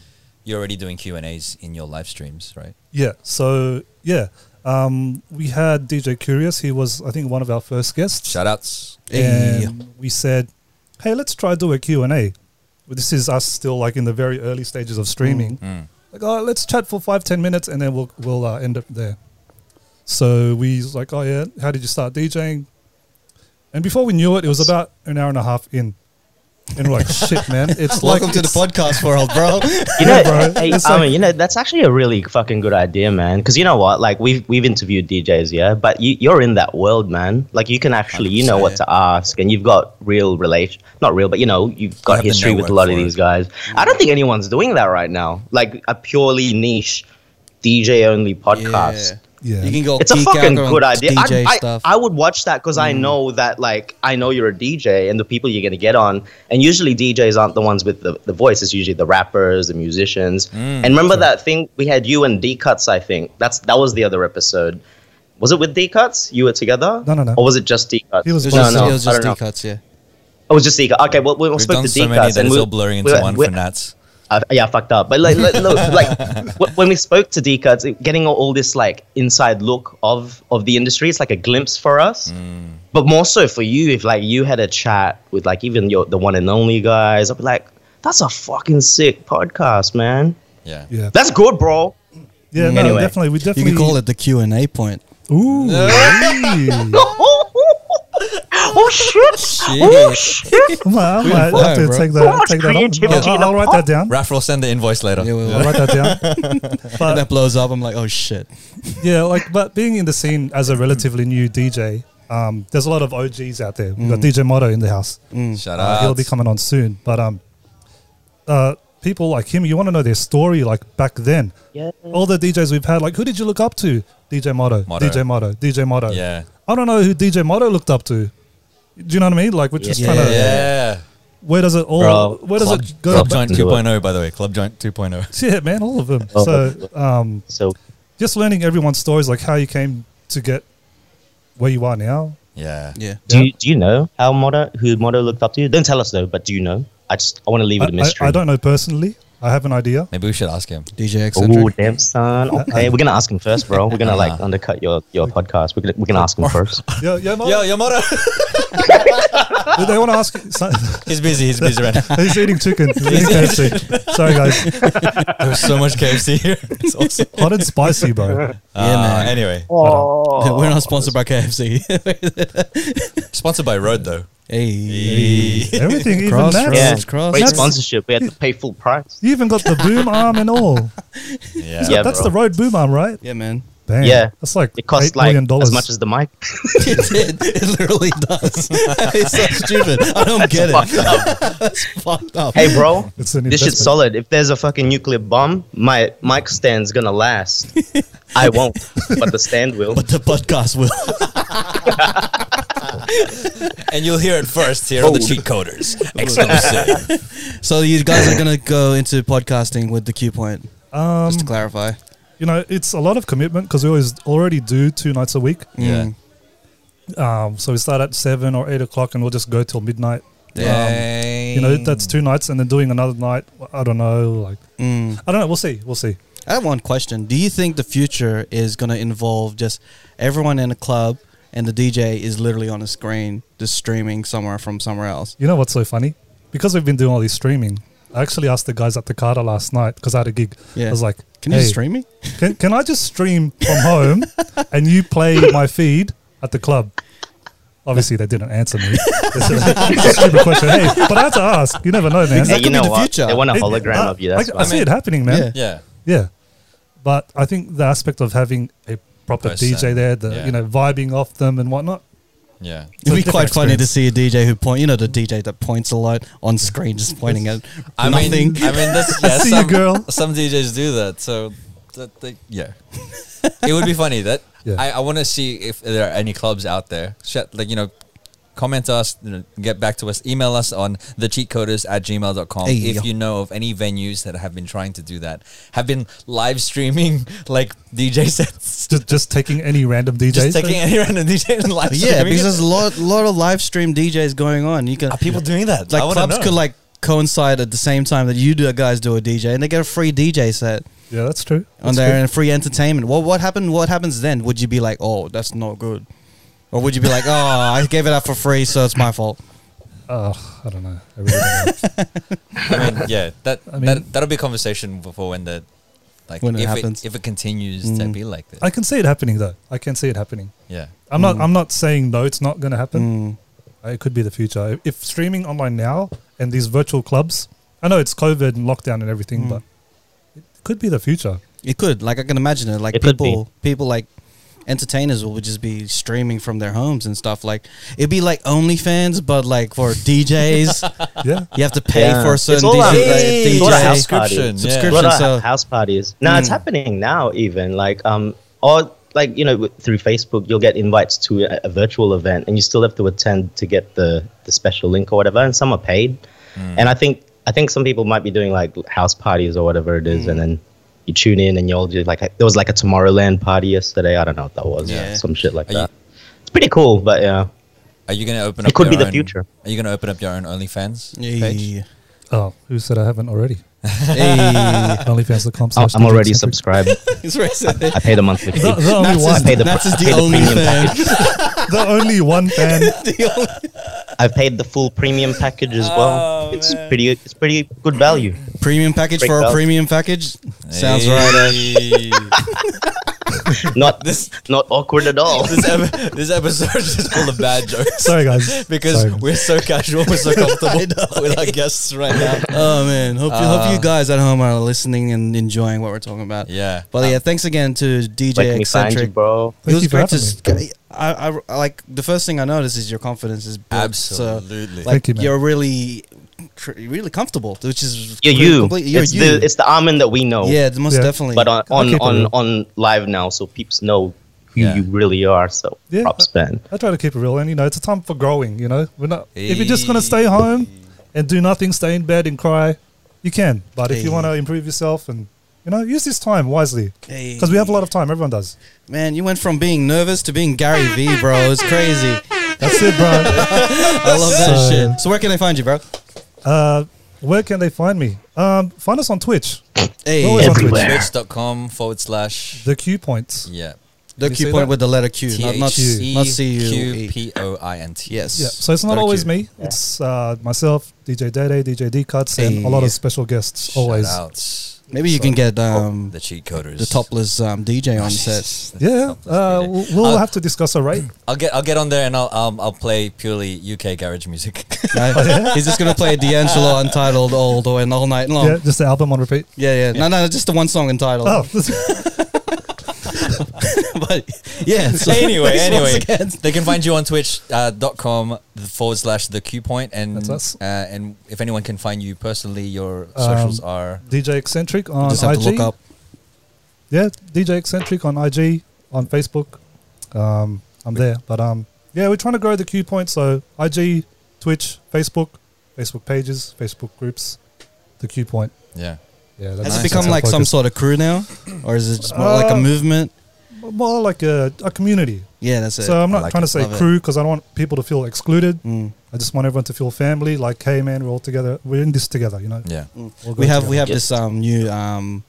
E: you're already doing Q and A's in your live streams, right?
F: Yeah. So yeah, um, we had DJ Curious. He was, I think, one of our first guests,
E: Shout outs.
F: and we said, "Hey, let's try do a Q and A." Well, This is us still like in the very early stages of streaming.
D: Mm.
F: Like, oh, let's chat for five, ten minutes, and then we'll we'll uh, end up there. So we was like, oh yeah, how did you start DJing? And before we knew it, it was about an hour and a half in, and we're like, shit, man, it's like
D: Welcome to the
F: it's-
D: podcast world, bro.
C: You know,
F: bro.
C: hey,
F: It's
C: I
F: like-
C: mean, you know, that's actually a really fucking good idea, man. Because you know what? Like, we've we've interviewed DJs, yeah, but you, you're in that world, man. Like, you can actually, you know, what to ask, and you've got real relation, not real, but you know, you've
E: have
C: got
E: the
C: history with a lot
E: network
C: of
E: for it.
C: these guys. I don't think anyone's doing that right now. Like a purely niche DJ only podcast.
D: Yeah.
F: Yeah.
D: You can go
C: It's a
D: geek
C: fucking
D: out on
C: good idea.
D: DJ
C: I, I,
D: stuff.
C: I would watch that because
F: Mm.
C: I know that, like, I know you're a DJ and the people you're going to get on. And usually DJs aren't the ones with the, the voice. It's usually the rappers, the musicians.
F: Mm,
C: and remember that thing we had you and D Cuts, I think. That's That was the other episode. Was it with D Cuts? You were together?
F: No, no, no.
C: Or was it just D Cuts?
F: He was
D: it was
F: No,
D: just,
F: no,
D: it was
C: I
D: just
C: don't know.
D: D-cuts, yeah.
C: It was just D Cuts. Okay, well, we
E: We've
C: spoke
E: done
C: to
E: so
C: D
E: many
C: Cuts.
E: that it's all blurring into one for Nats.
C: Uh, yeah, I fucked up. But like, like, look, like wh- when we spoke to Dika, it's getting all- all this like inside look of of the industry, it's like a glimpse for us. But more so for you, if like you had a chat with like even your the one and only guys, I'd be like, that's a fucking sick podcast, man.
E: Yeah.
F: yeah.
C: That's good, bro.
F: Yeah, no,
C: Anyway.
F: definitely. We
D: You
F: definitely
D: can call it the Q and A point.
F: Ooh,
C: oh shit! Oh shit!
F: well, I
D: fire,
F: have to
D: bro.
F: take
C: So
F: that.
C: much
F: Take that on.
C: creativity
F: I'll-
C: in
F: I'll,
C: the
F: write that down.
E: Raph will send the invoice later.
D: Yeah, well,
F: I'll write that down.
D: when that blows up, I'm like, oh shit.
F: Yeah, like, but being in the scene as a relatively new DJ, um, there's a lot of OGs out there. We've
E: Mm.
F: got DJ Motto in the house.
E: Shout
F: Uh,
E: out.
F: he'll be coming on soon. But um, uh, people like him, you want to know their story, like back then.
C: Yeah.
F: All the DJs we've had, like, who did you look up to? DJ Motto,
E: Motto.
F: DJ Motto, DJ Motto.
E: Yeah.
F: I don't know who DJ Motto looked up to. Do you know what I mean? Like, we're just trying to.
E: Yeah.
F: Where does it all?
C: Bro,
F: where does
E: Club,
F: it go?
E: Club
F: back-
E: Giant
D: oh.
E: 2.0, oh, by the way. Club Giant 2.0.
F: Yeah, man, all of them.
C: Oh.
F: So, um,
C: So
F: just learning everyone's stories, like how you came to get where you are now.
E: Yeah.
D: Yeah.
C: do you, do you know how Modo who Modo looked up to? Don't tell us though, but do you know? I just I want to leave
F: I,
C: it a mystery.
F: I, I don't know personally, I have an idea.
E: Maybe we should ask him.
D: DJ
C: Oh,
D: Eccentric.
C: damn son. Okay, we're gonna ask him first, bro. We're gonna like
E: Uh-huh.
C: undercut your your podcast. We're gonna we're gonna ask him first.
F: Yeah, yeah, Mark,
E: Yo, Yamada.
F: do they want to ask. you some-
E: he's busy. He's busy right now.
F: He's eating chicken. He's eating KFC. Sorry, guys.
E: There's so much KFC here. It's awesome.
F: Hot and spicy, bro.
E: yeah, man. Anyway,
D: We're not sponsored by KFC.
E: sponsored by Road though.
D: hey.
F: Everything, even that.
D: Crossroads.
C: Yeah,
D: Cross, cross.
C: great
D: That's-
C: sponsorship. We had to pay full price.
F: You even got the boom arm and all.
E: Yeah.
C: Yeah,
F: That's
C: bro.
F: the road boom arm, right?
D: Yeah, man.
F: Damn.
C: Yeah.
F: That's like
C: It costs
F: eight million
C: like
F: dollars.
C: as much as the mic.
D: it did. It literally does. it's so stupid. I don't get it. Fucked up.
C: Hey, bro.
F: It's an
C: This shit's
F: investment.
C: solid. If there's a fucking nuclear bomb, my mic stand's gonna last. I won't, but the stand will.
D: But the podcast will.
E: And you'll hear it first here on the cheat coders. Exclusive.
D: So you guys are gonna go into podcasting with the Q point.
F: Um,
D: Just to clarify.
F: you know, it's a lot of commitment because we always already do two nights a week.
E: yeah.
D: Mm.
F: Um, so we start at seven or eight o'clock, and we'll just go till midnight. Um,
E: Dang.
F: You know, that's two nights, and then doing another night. I don't know. Like,
D: Mm.
F: I don't know. We'll see. We'll see.
D: I have one question. Do you think the future is gonna involve just everyone in a club and the DJ is literally on a screen just streaming somewhere from somewhere else?
F: You know what's so funny? Because we've been doing all this streaming. I actually asked the guys at the Carter last night because I had a gig.
D: Yeah.
F: I was like,
D: Can you
F: "Hey,
D: just stream me?
F: Can, can I just stream from home and you play my feed at the club? Obviously, they didn't answer me. It's a, it's a stupid question. Hey, but I had to ask. You never know, man.
C: Hey,
D: could
C: you
D: be
C: know
D: the
C: what?
D: future.
C: They want a
F: It-
C: hologram
F: I-
C: of you. That's
F: I, I
C: why.
F: see it happening, man.
D: Yeah.
E: Yeah.
F: Yeah. But I think the aspect of having a proper
E: Person,
F: DJ there, the
E: yeah.
F: you know, vibing off them and whatnot.
E: Yeah.
D: It'd be
F: It's a
D: quite
F: different
D: funny to see a DJ who point, you know, the DJ that points a lot on screen, just pointing at
E: I
D: nothing.
E: mean, I mean, that's, yeah,
F: see you,
E: some,
F: girl.
E: Some DJs do that, so that they, yeah, it would be funny that
F: Yeah.
E: I, I want to see if there are any clubs out there. Shut like you know, comment us, you know, get back to us, email us on thecheatcoders at gmail.com
D: Hey,
E: if
D: yo.
E: you know of any venues that have been trying to do that, have been live streaming like DJ sets,
F: Just, just taking any random DJs.
E: just taking any random DJ and live
D: yeah,
E: streaming.
D: because
E: it.
D: there's a lot, lot of live stream DJs going on. You can
E: are people doing that? Uh, I
D: like
E: wanna
D: clubs
E: know.
D: could like coincide at the same time that you do, guys do a DJ, and they get a free DJ set
F: yeah, that's true.
D: on
F: That's
D: there
F: true.
D: and free entertainment. What what happened? What happens then? Would you be like, oh, that's not good, or would you be like, oh, I gave it up for free, so it's my fault?
F: Oh, I don't know. I really don't know.
E: I mean, yeah, that,
F: I mean-
E: that that'll be a conversation before when the like
D: When it
E: if
D: happens. Mm.
E: it if it continues to be like this.
F: I can see it happening though. I can see it happening.
E: yeah.
F: I'm not. I'm not saying no. It's not going to happen. Uh, It could be the future. If- If streaming online now and these virtual clubs, I know it's COVID and lockdown and everything, but it could be the future.
D: It could, like, I can imagine it. Like
C: It could be.
D: people, people like entertainers will just be streaming from their homes and stuff. Like it'd be like OnlyFans, but like for DJs,
F: Yeah.
D: you have to pay
C: Yeah.
D: for a
C: It's
D: certain
C: all
D: DJ,
C: about-
D: like,
C: it's
D: DJ
C: all about house
E: subscription.
C: parties.
E: Yeah.
C: a lot
D: subscription,
C: of
D: so-
C: house parties. No, it's happening now. Even like um, or like you know, with- through Facebook, you'll get invites to a, a virtual event, and you still have to attend to get the the special link or whatever. And some are paid, and I think I think some people might be doing like house parties or whatever it is, and then. You tune in and you'll do like there was like a Tomorrowland party yesterday. I don't know what that was.
E: Yeah.
C: Some shit like
E: Are you-
C: that. it's pretty cool, but yeah.
E: Are you gonna open
C: It
E: up?
C: could
E: your
C: be the
E: own-
C: future.
E: Are you gonna open up your own OnlyFans page?
D: Yeah.
F: Oh, who said I haven't already?
D: Hey.
F: OnlyFans.com.
C: I'm-
F: slash
C: I'm already
F: DJ Centric.
C: subscribed.
D: That's right. so they-
C: I paid a monthly fee.
F: The, the only
D: Naps
F: one.
D: is,
C: pay the-
D: Naps is
C: pay
D: the
C: the
D: only
C: premium
D: fan.
F: the only one fan.
D: The only-
C: I've paid the full premium package as well.
E: Oh,
C: it's pretty. It's pretty good value.
D: premium package for a
C: Breakdown.
D: premium package sounds
E: Hey.
D: right. eh?
C: Not not awkward at all.
E: this, ep- this episode is just full of bad jokes
F: Sorry, guys.
E: because
F: Sorry.
E: we're so casual, we're so comfortable with our guests right now.
D: Oh man, hope you,
C: Uh.
D: hope you guys at home are listening and enjoying what we're talking about.
E: Yeah.
D: But
C: Uh.
D: yeah, thanks again to DJ
C: Where can we find you,
D: Eccentric.
C: bro?
D: It
F: Thank
D: was
F: you for
D: great to.
F: having
D: s- I, I- I- like the first thing I noticed is your confidence is built,
E: Absolutely.
D: uh, So, like
F: Thank you, man.
D: are really, cr- really comfortable, which is
C: You're
D: cr-
C: you.
D: completely- You're
C: it's
D: you.
C: the it's the Armin that we know.
D: yeah, most
F: Yeah.
D: definitely.
C: But uh, on on
F: Okay, but-
C: on, on live now, so peeps know who
E: Yeah.
C: you really are. So
F: Yeah.
C: props, man.
F: I try to keep it real, and you know, it's a time for growing. You know, we're not. If you're just gonna stay home and do nothing, stay in bed and cry, you can. But if you
D: Hey.
F: want to improve yourself and you know, use this time wisely
D: Hey.
F: because we have a lot of time. Everyone does.
D: Man, you went from being nervous to being Gary V, bro. It's crazy.
F: That's it, bro.
D: I love that
F: So-
D: shit. So where can they find you, bro?
F: uh, Where can they find me? Um, find us on Twitch.
D: Hey,
F: Always on Twitch.
C: Everywhere.
E: Twitch.com forward slash.
F: The Q points.
E: Yeah.
D: the
F: you say
D: Q point
F: that?
D: with the letter Q, not not
E: T-H-E
D: not C U E.
E: Q-P-O-I-N-T.
D: Yes.
F: Yeah. So it's not
E: Very
F: always
E: cute.
F: me. It's uh, myself, DJ Dede, DJ D Cuts, and a lot
D: Hey.
F: of special guests
E: Shout
F: always.
E: outs.
D: Maybe you
E: So-
D: can get
E: Oh,
D: um,
E: the cheat coders.
D: the topless um,
C: Oh,
D: DJ on set.
E: Jesus.
F: Yeah.
E: Topless
F: Uh,
E: DJ.
F: we'll we'll
E: I'll-
F: have to discuss a rate.
E: I'll get I'll get on there and I'll um, I'll play purely UK garage music.
D: Right? He's just gonna play D'Angelo Untitled all the way and all night long.
F: Yeah,
D: Yeah,
F: just the album on repeat.
D: yeah. No, no, just the one song entitled.
F: Oh,
D: but yeah. so-
E: anyway,
D: thanks once
E: anyway,
D: again.
E: they can find you on Twitch uh, dot com forward slash the Q point and
F: That's us.
E: Uh, and if anyone can find you personally, your
D: Um,
E: socials are
F: DJ Eccentric on
D: Just have
F: IG.
D: to look up.
F: Yeah, DJ Eccentric on IG, on Facebook. Um, I'm there, but um, yeah, we're trying to grow the Q point. So IG, Twitch, Facebook, Facebook pages, Facebook groups, the Q point.
E: yeah.
F: Yeah,
D: Has
F: that's
E: Nice.
D: it become
F: that's our
D: like some
F: focus.
D: sort of crew now, or is it just more like a
F: Uh,
D: movement?
F: more like a, a community?
D: Yeah, that's it.
F: So I'm
E: I
F: not
E: like
F: trying
E: it.
F: to say
D: Love it.
F: crew because I don't want people to feel excluded.
D: Mm.
F: I just want everyone to feel family. Like, hey, man, we're all together. We're in this together. You know,
E: Yeah.
F: We'll go
D: we have we
F: together.
D: have this um, new um,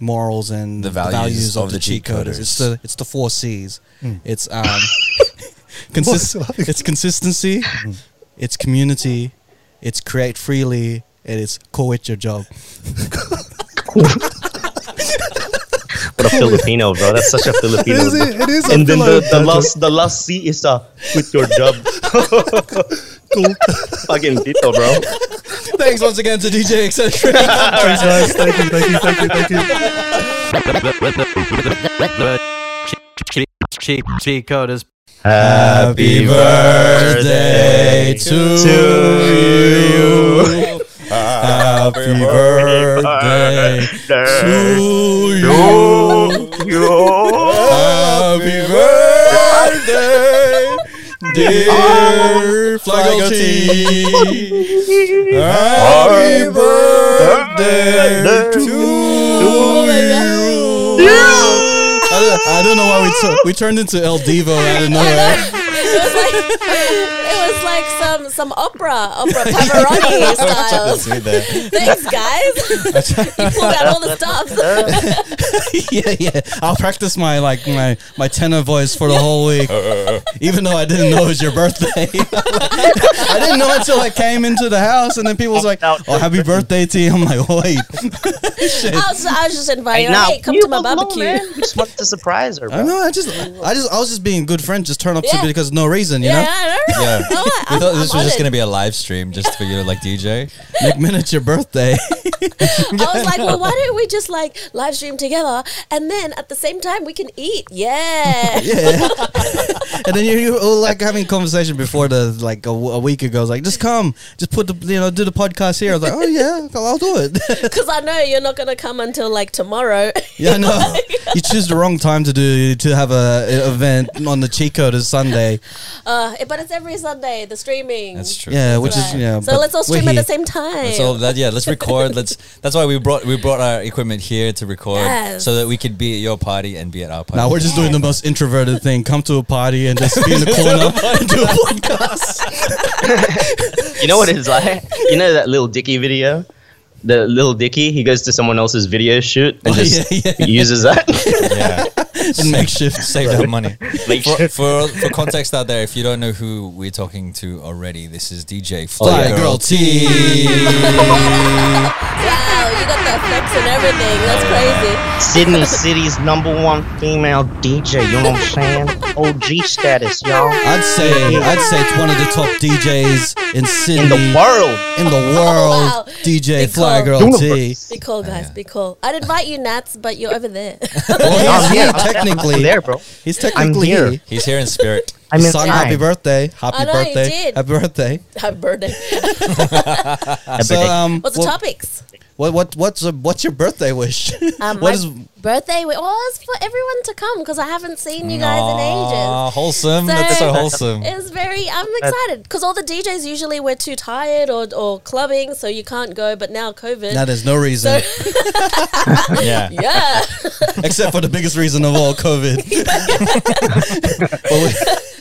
D: morals and
E: The values
D: of,
E: of
D: the,
E: the
D: cheat
E: cheat
D: coders.
E: coders.
D: It's the it's the four C's.
F: Mm.
D: It's um, consist- it's consistency,
F: Mm.
D: it's community, it's create freely, and it's quit your job.
C: What a Filipino, bro. That's such a Filipino.
F: It is. It is. I
C: and then
F: feel
C: the,
F: like
C: the
F: that-
C: last the last C is uh quit your job. Fucking Vito, bro.
D: Thanks once again to DJ etc.
F: Thanks, guys. Thank you. Thank you. Thank you. Thank you.
A: Cheat coders
C: Happy birthday
D: to you. Happy birthday to you. Happy birthday, dear Flagotti. Happy birthday to you. I don't, I don't know why we tu- we turned into El Divo out of nowhere.
H: It was like it was like some some opera opera Pavarotti styles. Thanks, guys. you pulled out all the stops.
D: yeah, yeah. I'll practice my like my my tenor voice for the whole week, even though I didn't know it was your birthday. I didn't know until I came into the house, and then people was like, "Oh, happy birthday to you!" I'm like, "Wait,
H: I was, I was just
C: Hey,
H: inviting.
C: now,
H: Hey, come
C: you
H: to my
C: alone,
H: barbecue.
C: man. We just wanted to surprise her,
D: I
C: bro.
D: know. I just, I just, I was just being good friend, just turn up
H: Yeah.
D: to because no reason, you
H: Yeah,
D: know.
H: I know.
E: Yeah.
H: You know what?
E: We
H: I'm-
E: thought
H: I'm
E: this was just
H: on
E: gonna
H: it.
E: be a live stream just for you, like DJ.
D: McMahon, it's your birthday.
H: I was like, well, why don't we just like live stream together and then at the same time we can eat? Yeah.
D: yeah. and then you, you were like having conversation before the like a, w- a week ago. I was like, just come, just put the you know do the podcast here. I was like, oh yeah, I'll do it.
H: Because I know you're not going to come until like tomorrow.
D: Yeah, I know. you choose the wrong time to do to have a, a event on the cheat code is Sunday.
H: Uh, but it's every Sunday, the streaming.
E: That's true.
D: Yeah, which
H: Right.
D: is yeah.
H: so
D: but
H: let's all
D: we're
H: stream at
D: here.
H: the same time.
E: So that yeah, let's record. Let's. That's why we brought we brought our equipment here to record,
H: Yes.
E: so that we could be at your party and be at our party.
D: Now we're just doing the most introverted thing: come to a party and just be in the corner and do a podcast.
C: You know what it's like? You know that little Dicky video? The little Dicky, he goes to someone else's video shoot and
D: Oh,
C: just
D: yeah, yeah.
C: uses that.
E: yeah.
D: In makeshift.
E: Save that money.
C: Make
E: For,
C: sure-
E: for for context out there, if you don't know who we're talking to already, this is DJ
D: Oh,
E: Fly Girl
D: girl T.
H: wow, you got the effects and everything. That's crazy.
C: Sydney City's number one female DJ, you know what I'm saying? OG status, y'all.
D: I'd say I'd say it's one of the top DJs in Sydney
C: In the world.
D: in the world.
H: Wow.
D: DJ
H: Big
D: Fly
H: call.
D: Girl T.
H: Be cool, guys. Be cool. I'd invite you, Nats, but you're over there.
D: Well, he's
C: I'm
D: here
C: here. I'm
D: technically.
C: there, bro.
D: He's technically
C: here.
D: here.
E: He's here in spirit.
C: I'm
D: He sung
C: inside.
D: happy birthday. Happy
H: I know, you
D: birthday.
H: did.
D: Happy birthday.
H: Happy birthday.
C: Happy
D: So
C: birthday.
D: um
H: What's the
D: what-
H: topics?
D: What what what's a, what's your birthday wish?
H: Um,
D: what
H: my
D: is
H: birthday? Well, it's for everyone to come because I haven't seen you guys in ages.
E: Aw, wholesome. That's so
H: So-
E: wholesome.
H: It's very. I'm excited because all the DJs usually were too tired or, or clubbing, so you can't go. But now COVID.
D: now? There's no reason
E: Yeah.
H: yeah,
D: except for the biggest reason of all, COVID.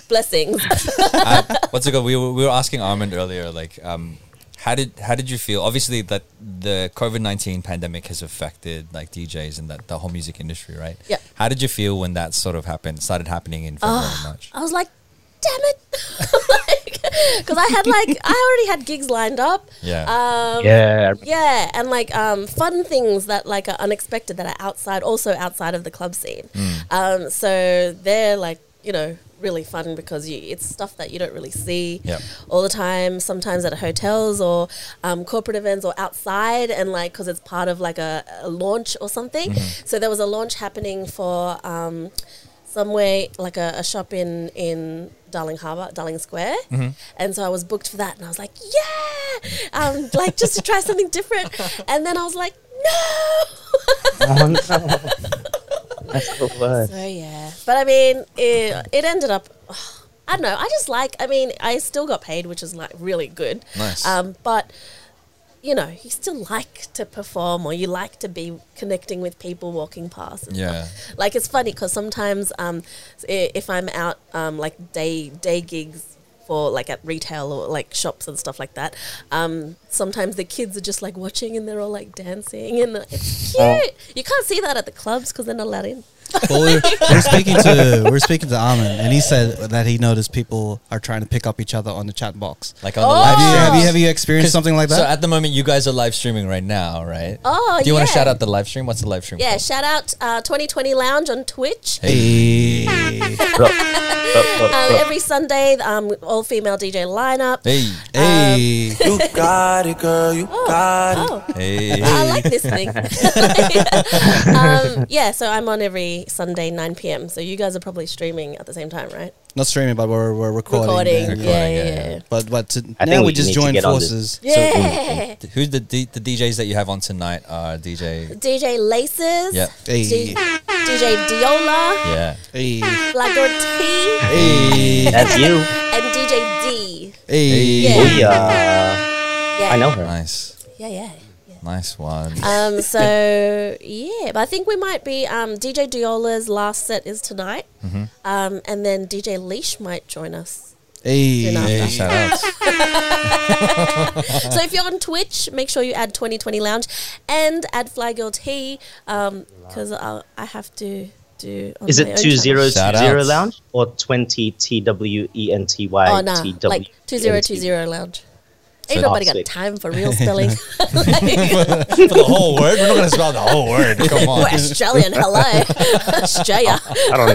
H: blessings.
E: Uh, what's it called? We were, we were asking Armand earlier, like, um, How did how did you feel? Obviously, that the COVID nineteen pandemic has affected like DJs and that the whole music industry, right?
H: Yeah.
E: How did you feel when that sort of happened? Started happening in February,
H: Ah.
E: and March.
H: I was like, damn it. Because I had like, I already had gigs lined up.
E: Yeah.
H: Um,
C: Yeah,
H: Yeah, and like um, fun things that like are unexpected that are outside, also outside of the club scene. Um, so they're like you know really fun because you it's stuff that you don't really see
E: Yep.
H: all the time. Sometimes at hotels or um, corporate events or outside, and like because it's part of like a, a launch or something. So there was a launch happening for um, somewhere like a, a shop in in Darling Harbour, Darling Square, and so I was booked for that, and I was like, yeah, um, like just to try something different, and then I was like, no.
C: Oh, no. That's the worst.
H: So yeah, but I mean, it, it ended up. I don't know. I just like. I mean, I still got paid, which is like really good.
E: Nice.
H: Um, but you know, you still like to perform, or you like to be connecting with people walking past. and
E: Yeah.
H: stuff. Like it's funny because sometimes, um, i- if I'm out, um, like day day gigs. For like at retail or like shops and stuff like that, um, sometimes the kids are just like watching and they're all like dancing and it's cute. You can't see that at the clubs because they're not allowed in.
D: Well, we're, we're speaking to we're speaking to Armin, and he said that he noticed people are trying to pick up each other on the chat box.
E: Like on the
D: Have
H: oh.
E: live
D: you
E: stream.
D: have you, have you experienced something like
E: So
D: that?
E: at the moment, you guys are live streaming right now, right?
H: Oh,
E: Do you want to
H: yeah.
E: shout out the live stream? What's the live stream?
H: Yeah,
E: called?
H: shout out uh, 2020 Lounge on Twitch.
D: Hey.
H: Um, every Sunday, um, all female DJ lineup.
E: Hey,
D: Hey.
B: You got it, girl. You got it.
H: Oh,
E: hey.
H: I like this thing. um, yeah, so I'm on every Sunday, 9 p.m. So you guys are probably streaming at the same time, right?
D: Not streaming, but we're, we're recording.
H: Recording.
D: and-
H: Yeah, yeah,
E: yeah,
H: yeah.
D: But but to,
C: I
D: now
C: think
D: we,
C: we
D: just
C: need to
D: joined
C: get on
D: forces.
H: Yeah.
E: Who's the D- the DJs that you have on tonight? Are DJ?
H: DJ Laces.
E: Yeah.
D: Hey.
H: D- DJ Diola.
E: Yeah.
D: Hey.
H: Flagor T.
D: Hey.
C: That's you.
H: And DJ D.
D: Hey.
H: Yeah.
C: Oh yeah,
H: Yeah.
C: I know her.
E: Nice,
H: Yeah, yeah.
E: nice one.
H: Um, so yeah, but I think we might be um, DJ Diola's last set is tonight, um, and then DJ Leash might join us.
D: Hey.
H: Enough.
E: Hey, shout outs.
H: so if you're on Twitch, make sure you add 2020 Lounge and add Fly Girl T because I'll I have to do. On
C: Is
H: my
C: it
H: own
C: two
H: channel.
C: zero two
E: Shout
C: zero
E: outs.
C: lounge or twenty T W E N T Y
H: Oh no,
C: T W?
H: like two zero two zero Lounge. Ain't
C: So-
H: nobody
C: Oh,
H: got
C: sick.
H: time for real spelling.
E: For the whole word, we're not gonna spell the whole word. Come
H: We're
E: on.
H: Australian, hello, Australia.
C: I don't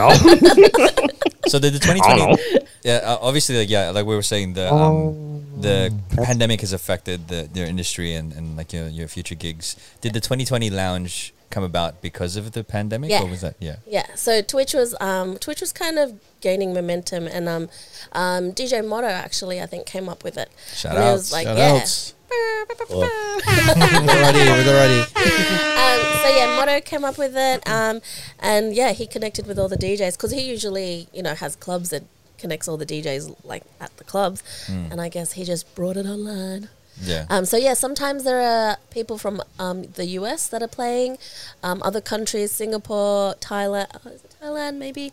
C: know.
E: So the, the
C: I don't
E: 2020, yeah, uh, obviously, like yeah, like we were saying, the um, the pandemic has affected the their industry and, and like your your future gigs. Did the 2020 lounge come about because of the pandemic,
H: Yeah.
E: or was that yeah?
H: Yeah, so Twitch was um, Twitch was kind of gaining momentum, and um, um, DJ Motto actually I think came up with it.
E: Shout
H: and it
E: outs.
H: was like,
D: Shout
H: yeah.
D: outs. We're ready. We're ready.
H: Um, so yeah, Motto came up with it, um, and yeah, he connected with all the DJs because he usually you know has clubs that connects all the DJs like at the clubs, and I guess he just brought it online.
E: Yeah.
H: Um, so yeah, sometimes there are people from um, the US that are playing, um, other countries, Singapore, Thailand, oh, is it Thailand maybe.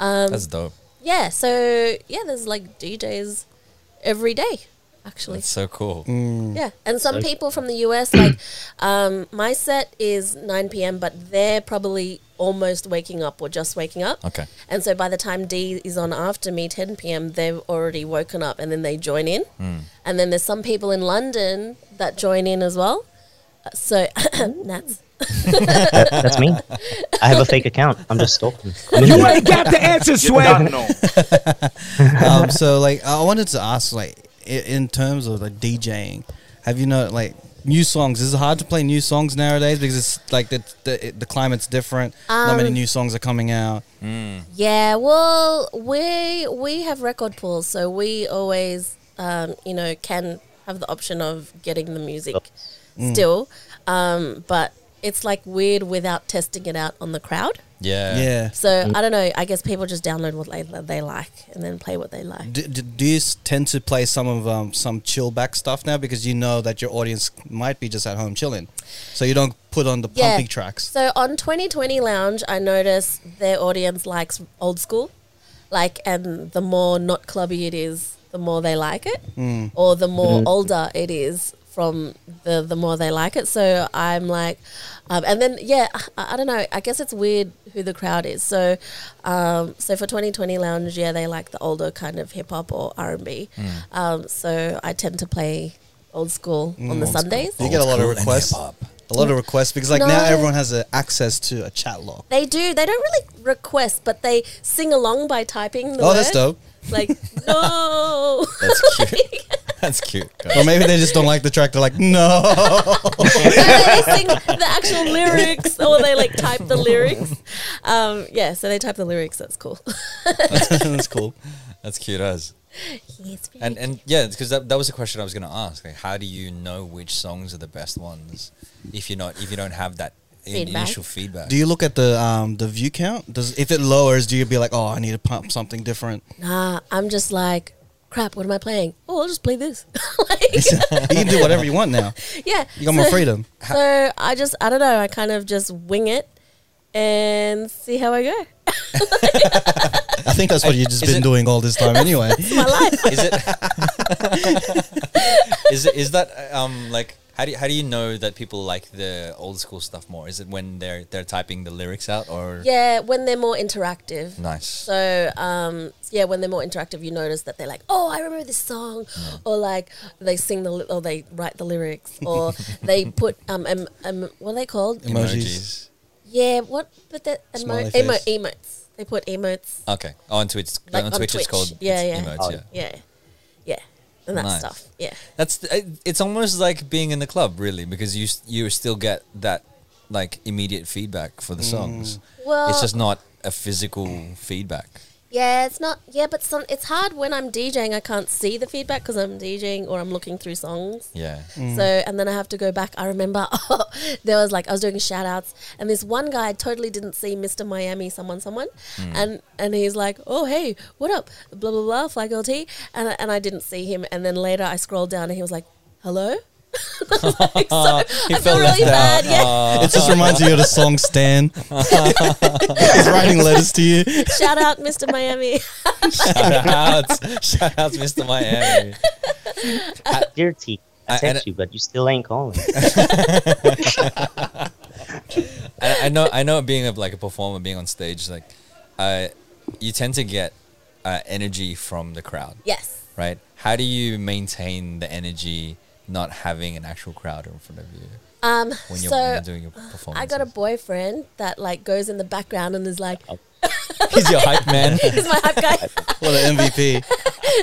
H: Um,
E: That's dope.
H: yeah, so yeah, there's like DJs every day, actually.
E: That's so cool.
H: yeah, and some people from the US, like um, my set is 9 p.m., but they're probably almost waking up or just waking up.
E: Okay.
H: And so by the time D is on after me, 10 p.m., they've already woken up and then they join in. And then there's some people in London that join in as well. Uh, So that's
C: That's me. I have a fake account. I'm just stalking. You ain't got the answer, Sweat.
D: um, so like I wanted to ask like i- in terms of like DJing, have you know like new songs? Is it hard to play new songs nowadays because it's like the the, the climate's different. Not
H: Um,
D: many new songs are coming out.
H: Yeah, well, we we have record pools, so we always, um, you know, can have the option of getting the music still, um, but it's like weird without testing it out on the crowd.
E: Yeah.
D: Yeah.
H: So I don't know. I guess people just download what they they like and then play what they like.
D: Do, do, do you s- tend to play some of um, some chill back stuff now because you know that your audience might be just at home chilling, so you don't put on the
H: Yeah.
D: pumping tracks.
H: So on 2020 Lounge, I noticed their audience likes old school, like, and the more not clubby it is, the more they like it,
D: Mm.
H: or the more older it is from the the more they like it. So I'm like, um, and then yeah, I, I don't know. I guess it's weird who the crowd is. So, um, so for 2020 lounge, yeah, they like the older kind of hip hop or R and B.
D: Mm.
H: Um, so I tend to play old school on the
D: Mm.
H: Sundays.
D: You get a lot of requests. A lot of requests because like now
H: No.
D: everyone has a access to a chat log.
H: They do. They don't really request, but they sing along by typing the
D: Oh, that's
H: word.
D: dope.
H: Like no.
E: That's cute. That's cute. guys.
D: Or maybe they just don't like the track. They're like, no.
H: they sing the actual lyrics or they like type the lyrics. Um, yeah, so they type the lyrics. That's cool.
E: That's cool. That's cute as. And and yeah, because that, that was the question I was going to ask. Like, how do you know which songs are the best ones if you're not if you don't have that in-
H: Feedback.
E: initial feedback?
D: Do you look at the um, the view count? Does if it lowers, do you be like, oh, I need to pump something different?
H: nah, I'm just like, crap. What am I playing? Oh, I'll just play this. like,
D: you can do whatever you want now.
H: yeah,
D: You got more
H: so-
D: freedom.
H: So I just, I don't know. I kind of just wing it and see how I go.
D: I think that's what you've just
E: Is
D: been
E: it-
D: doing all this time anyway.
H: My life.
E: is it is it is that um like how do you, how do you know that people like the old school stuff more? Is it when they're they're typing the lyrics out or
H: Yeah, when they're more interactive.
E: nice?
H: So um, yeah, when they're more interactive, you notice that they're like, "Oh, I remember this song," or like they sing the li- or they write the lyrics, or they put um, um, um what are they called?
D: Emojis.
H: yeah, what? But that emo-
D: Smiley
H: emo-
D: face.
H: emotes. They put emotes.
E: Okay. Oh, on Twitch,
H: Like
E: on
H: on
E: Twitch,
H: Twitch.
E: it's called
H: Yeah,
E: it's
H: yeah.
E: emotes,
H: Oh,
E: yeah.
H: Yeah, yeah, and that
E: Nice.
H: stuff. Yeah,
E: That's th- it- it's almost like being in the club, really, because you s- you still get that like immediate feedback for the songs.
H: Mm. Well-
E: it's just not a physical feedback.
H: yeah. It's not. Yeah, but some. It's hard when I'm DJing. I can't see the feedback because I'm DJing or I'm looking through songs.
E: Yeah.
H: So, and then I have to go back. I remember there was like, I was doing shout outs, and this one guy totally didn't see Mr. Miami, someone, someone. And and he's like, oh, hey, what up? Blah, blah, blah, Fly Girl T. And, I- and I didn't see him. And then later I scrolled down and he was like, hello? Like, so I feel
E: felt
H: really bad.
E: left
H: Yeah.
D: It just reminds you of the song Stan. He's writing letters to you.
H: Shout out, Mr. Miami.
E: shout out, shout out, Mr. Miami.
C: Dear T, I
E: I-
C: text
E: and-
C: you, but you still ain't calling.
E: I, I know, I know, being a, like a performer, being on stage, like, uh, you tend to get uh, energy from the crowd,
H: yes.
E: right? How do you maintain the energy not having an actual crowd in front of you
H: Um,
E: when you're,
H: so
E: when you're doing your performance?
H: I got a boyfriend that like goes in the background and is like,
E: He's your hype man.
H: he's my hype guy.
D: What an MVP.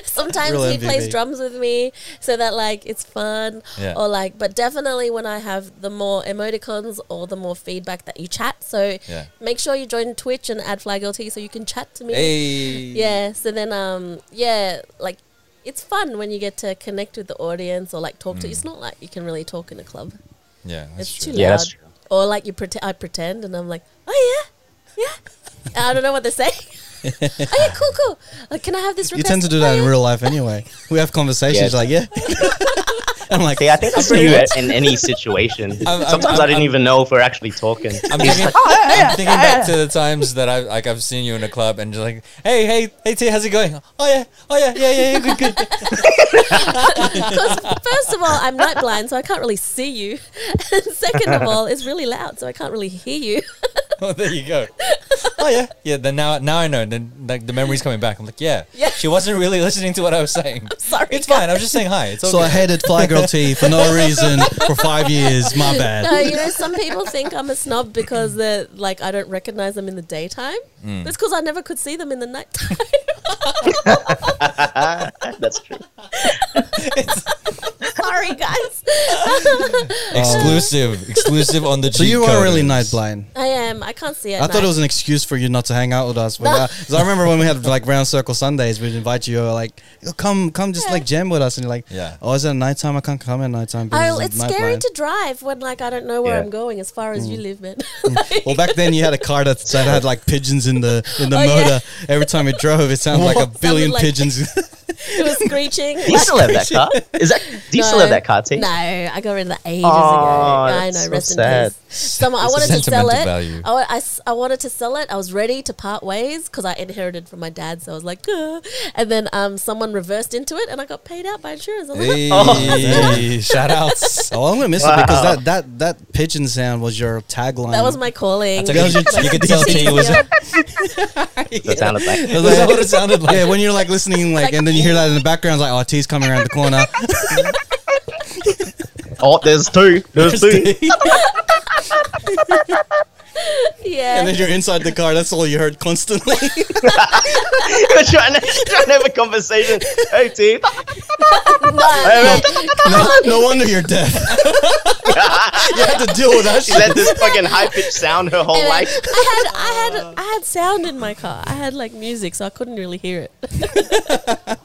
H: sometimes
D: Real
H: he plays
D: MVP.
H: drums with me so that like it's fun
E: Yeah.
H: or like but definitely when i have the more emoticons or the more feedback that you chat so
E: Yeah.
H: make sure you join twitch and add fly girl t so you can chat to me
E: Hey.
H: yeah so then um yeah like it's fun when you get to connect with the audience or like talk
D: Hmm.
H: to it's not like you can really talk in a club
E: Yeah, that's
H: it's
E: true.
H: too loud
C: Yeah, that's true.
H: or like you pretend i pretend and i'm like oh yeah yeah i don't know what they're saying oh yeah cool cool like can i have this
D: You tend to
H: request?
D: do
H: Oh,
D: that in
H: yeah.
D: real life anyway. We have conversations
C: Yeah.
D: like, yeah. I'm like,
C: See, I think I see you at- in any situation.
E: I'm-
C: Sometimes
E: I'm-
C: I didn't even know if we're actually talking.
E: I'm thinking,
H: Oh,
E: I'm thinking back to the times that I like I've seen you in a club and just like, hey, hey, hey, T, how's it going? Oh yeah, oh yeah, yeah, yeah, yeah good, good.
H: Because first of all, I'm night blind, so I can't really see you. And second of all, it's really loud, so I can't really hear you.
E: Oh, there you go. Oh yeah, yeah. Then now, now I know. Then like the memory's coming back. I'm like, yeah,
H: Yeah.
E: She wasn't really listening to what I was saying.
H: Sorry.
E: It's fine. I was just saying hi. It's all
D: so I
E: good.
D: hated Fly Girl T for no reason for five years. My bad.
H: No, Uh, you know, some people think I'm a snob because they're like I don't recognize them in the daytime.
C: Mm.
H: It's because I never could see them in the nighttime.
C: That's true.
H: Sorry, guys.
E: exclusive, exclusive on the.
D: So you are really night blind.
H: I am. I can't see it.
D: I thought it was an excuse for you not to hang out with us. But uh 'cause I remember when we had like round circle Sundays, we'd invite you. uh, Like, "Oh, come, come, just like jam with us, and you're like,
E: Yeah.
D: Oh, is it nighttime? I can't come at nighttime. because
H: Oh, it's
D: night
H: scary
D: blind."
H: to drive when like I don't know where
C: Yeah. Mm.
H: I'm going as far as you live, man.
D: Well, back then you had a car that, that had like pigeons in the in the
H: Oh, yeah.
D: motor. Every time it drove, it sounded like a billion
H: like-
D: pigeons.
H: it was screeching.
C: Do you still have that car? Is that? Do you still have that car, T?
H: No, I got rid of that ages
C: Aw,
H: ago. I know.
C: that's so
H: rest in
C: sad.
H: peace. Someone I
E: It's a
H: wanted to sell
E: sentimental
H: it.
E: value.
H: I, wa- I s- I wanted to sell it. I was ready to part ways because I inherited from my dad. So I was like, "Duh." and then um, someone reversed into it, and I got paid out by insurance. I was like,
D: Hey, shout outs. Oh, I'm going to miss it because that, that, that pigeon sound was your tagline.
H: that was my calling.
E: That's okay. you could tell T was.
C: That sounded like.
D: It was
E: That's
D: like-
E: what it sounded like.
D: Yeah, when you're like listening, like, and then you hear that in the background, it's like, oh, T's coming around the corner.
C: Oh, there's two. There's two.
H: yeah.
D: And then you're inside the car. That's all you heard constantly.
C: We're trying to, trying to have a conversation. Hey, T. Hey, man.
D: no, no wonder you're deaf. you had to deal with that
C: She
D: shit.
C: let this fucking high pitched sound her whole
H: And I, I
C: life.
H: had I had I had sound in my car. I had like music, so I couldn't really hear it.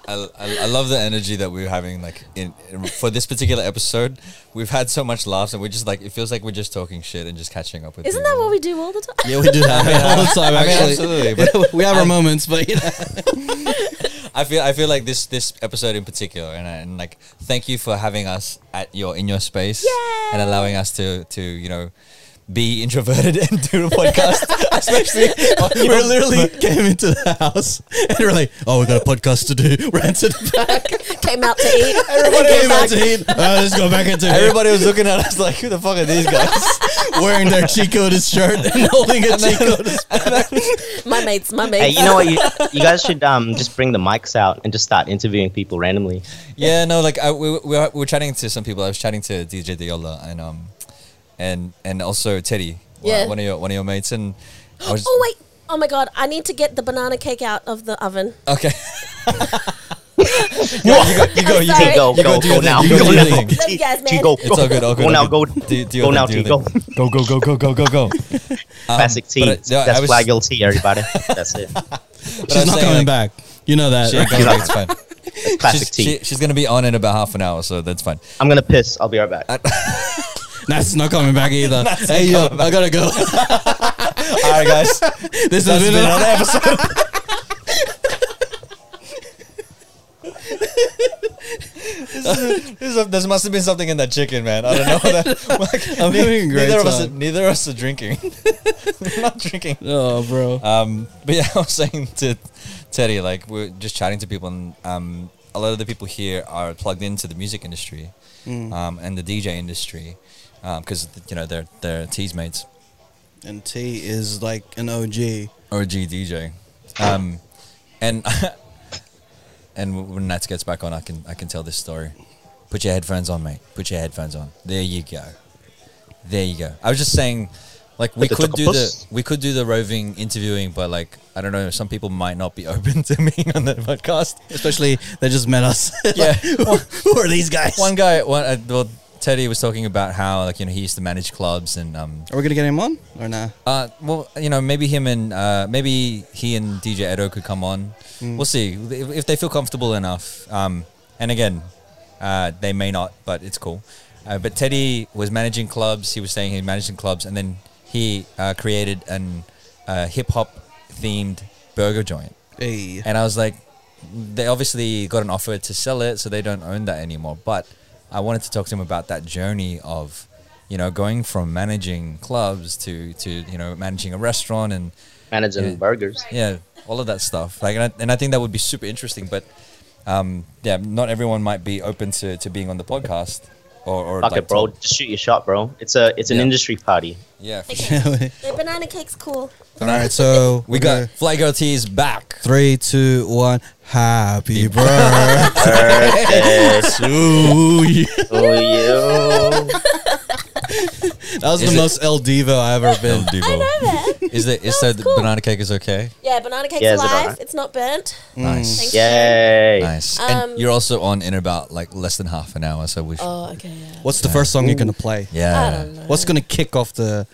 E: I, I, I love the energy that we're having. Like in, in- for this particular episode, we've had so much laughs, and we're just like it feels like we're just talking shit and just catching up with.
H: Isn't that
E: people.
H: what we do all the time?
D: Yeah, we do that all the time.
E: I mean,
D: Actually,
E: absolutely. But
D: we have our moments, but you know.
E: I feel I feel like this this episode in particular, and, I- and like thank you for having us at your in your space and allowing us to to you know be introverted and do a podcast, especially on
D: we
E: your-
D: literally came into the house and we're like, "Oh, we got a podcast to do." We're into the back.
H: Came out to eat.
D: Everybody
H: Came
D: came
H: back.
D: out to eat. Uh, let's go back into it.
E: Everybody was looking at us like, who the fuck are these guys?
D: wearing their Chico's shirt and holding a Chico's.
H: My mates, my mates.
C: Hey, you know what? You, you guys should um just bring the mics out and just start interviewing people randomly.
E: Yeah, no, like I, we, we, were, we were chatting to some people. I was chatting to DJ Diola and um and and also Teddy, one-
H: Yeah.
E: one of your one of your mates, and I was
H: Oh wait. Oh my god, I need to get the banana cake out of the oven.
E: okay. you, you go, you go, you
H: Sorry.
E: go.
C: Hey, go,
E: You
C: go, go,
E: go do your thing,
C: now.
E: you go
C: go
E: do your
C: now.
E: thing.
H: Love you guys,
C: T,
H: man.
C: go,
E: It's all good. All good.
C: Go now.
E: all
C: Go.
E: good. Do- do your
C: Go
E: thing,
C: now.
E: do
C: T.
E: your
C: Go.
E: thing. go go go go go go go.
C: Classic T.
E: but, uh, no, I
C: That's
E: was-
C: flagal T. Everybody. That's it.
E: But I
D: She's
E: was
D: not
E: saying,
D: coming
E: like,
D: back. You know that.
E: She
D: right?
E: ain't coming back. It's fine.
C: Classic
E: She's,
C: T.
E: she, she's gonna be on in about half an hour, so that's fine.
C: I'm gonna piss. I'll be right back.
D: That's not coming back either. hey yo, I gotta go.
E: All right, guys.
D: This has been another episode.
E: There's a- there must have been something in that chicken, man. I don't know. That,
D: I'm having a great
E: neither of us, are,
D: time.
E: neither of us are drinking. We're not drinking.
D: Oh, bro.
E: Um, but yeah, I was saying to Teddy, like we're just chatting to people, and um, a lot of the people here are plugged into the music industry, um, and the DJ industry, because you know they're they're tees mates
D: and T is like an OG.
E: or a G DJ, um, and and when Nats gets back on, I can I can tell this story. Put your headphones on, mate. Put your headphones on. There you go. There you go. I was just saying, like we
C: With the
E: could do the
C: octopus?
E: we could do the roving interviewing, but like I don't know, some people might not be open to me on the podcast.
D: Especially they just met us.
E: Yeah.
D: who, who are these guys?
E: One guy, one uh, well, Teddy was talking about how like you know he used to manage clubs and um
D: Are we gonna get him on or nah?
E: uh well you know maybe him and uh maybe he and DJ Edo could come on. We'll see if, if they feel comfortable enough. Um and again, uh they may not, but it's cool. Uh, but Teddy was managing clubs. He was saying he was managing clubs, and then he uh, created an uh, hip hop themed burger joint.
D: Hey.
E: And I was like, they obviously got an offer to sell it, so they don't own that anymore. But I wanted to talk to him about that journey of, you know, going from managing clubs to to you know managing a restaurant and
C: Managing
E: Yeah.
C: burgers.
E: yeah, all of that stuff. Like, and I, and I think that would be super interesting. But um, yeah, not everyone might be open to, to being on the podcast or, or
C: Fuck
E: like
C: it, bro.
E: talk-
C: Just shoot your shot, bro. It's a it's an
E: Yeah.
C: industry party.
E: Yeah, for sure.
H: Okay. The banana cake's cool.
D: All right, so
E: we got Fly Girl T's back.
D: three, two, one. Happy birthday. to you.
C: Oh, you.
D: That was
E: Is
D: the
E: it-
D: most El Divo I ever been.
E: Is the is so the banana cake is okay?
H: Yeah, banana cake's
C: Yeah, is it
H: alive.
C: alright?
H: It's not burnt.
E: Nice.
H: Thank you.
C: Yay.
E: Nice.
H: Um,
E: and you're also on in about like less than half an hour, so we should.
H: Oh, okay. Yeah.
D: What's the first song you're gonna play?
H: I
E: yeah.
H: don't know.
D: What's gonna kick off the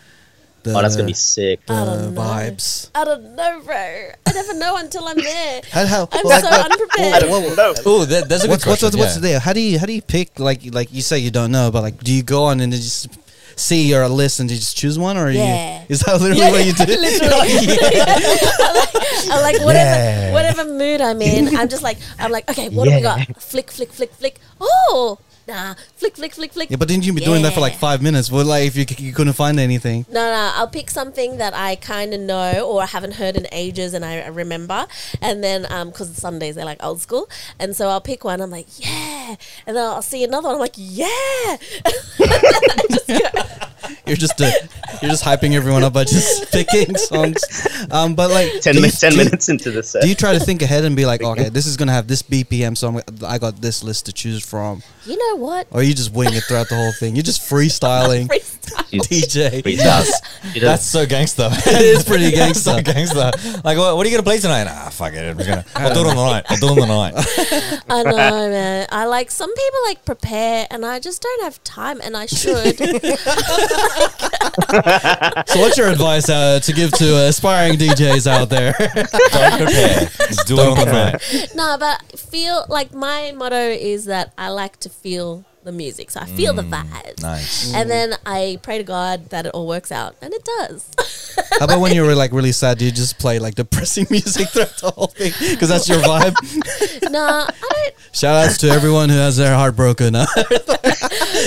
D: the
C: Oh, that's gonna be sick.
H: I
D: the
H: don't know.
D: vibes?
H: I don't know, bro. I never know until I'm there.
D: How, how,
H: I'm
D: like,
H: so
D: what-
C: I
H: unprepared.
C: don't know.
E: Oh, that, that's a good
D: what's what's
E: question.
D: what's, there? How do you how do you pick like like you say you don't know, but like do you go on and then just see your list and you just choose one or
H: Yeah.
D: you, is that literally what you do?
H: I like whatever whatever mood I'm in. I'm just like I'm like okay, what do we got? Flick, flick, flick, flick. Oh, nah, flick, flick, flick, flick.
D: Yeah, but didn't you be doing that for like
H: Yeah.
D: five minutes? Well, like if you, you couldn't find anything.
H: No, no, I'll pick something that I kind of know or haven't heard in ages and I remember. And then, because Sundays, they're like old school. And so I'll pick one, I'm like, yeah. And then I'll see another one, I'm like, yeah.
D: You're just a, you're just hyping everyone up by just picking songs. Um, but like
C: Ten,
D: do you-
C: min- ten
D: do you-
C: minutes into the set.
D: Do you try to think ahead and be like, okay, this is gonna have this BPM, so I'm, I got this list to choose from,
H: You know what?
D: or you just wing it throughout the whole thing? You're just freestyling,
H: Freestyle.
D: DJ.
C: He does. He
E: That's
C: does.
E: so gangster.
D: It is pretty
E: That's so
D: gangster.
E: gangster. Like, what, what are you gonna play tonight? Ah, fuck it. I'm just gonna. I'll do it on the night. I'll do it on the night.
H: I know, man. I like some people like prepare, and I just don't have time, and I should.
D: So, what's your advice uh, to give to uh, aspiring DJs out there?
E: Don't prepare. Do it on the night.
H: no, but feel like my motto is that I like to feel the music, so I feel the vibes,
E: Nice.
H: and then I pray to God that it all works out, and it does.
D: How about when you're like really sad? Do you just play like depressing music throughout the whole thing? Because that's your vibe.
H: no, I don't.
D: Shout outs to everyone who has their heart broken. huh?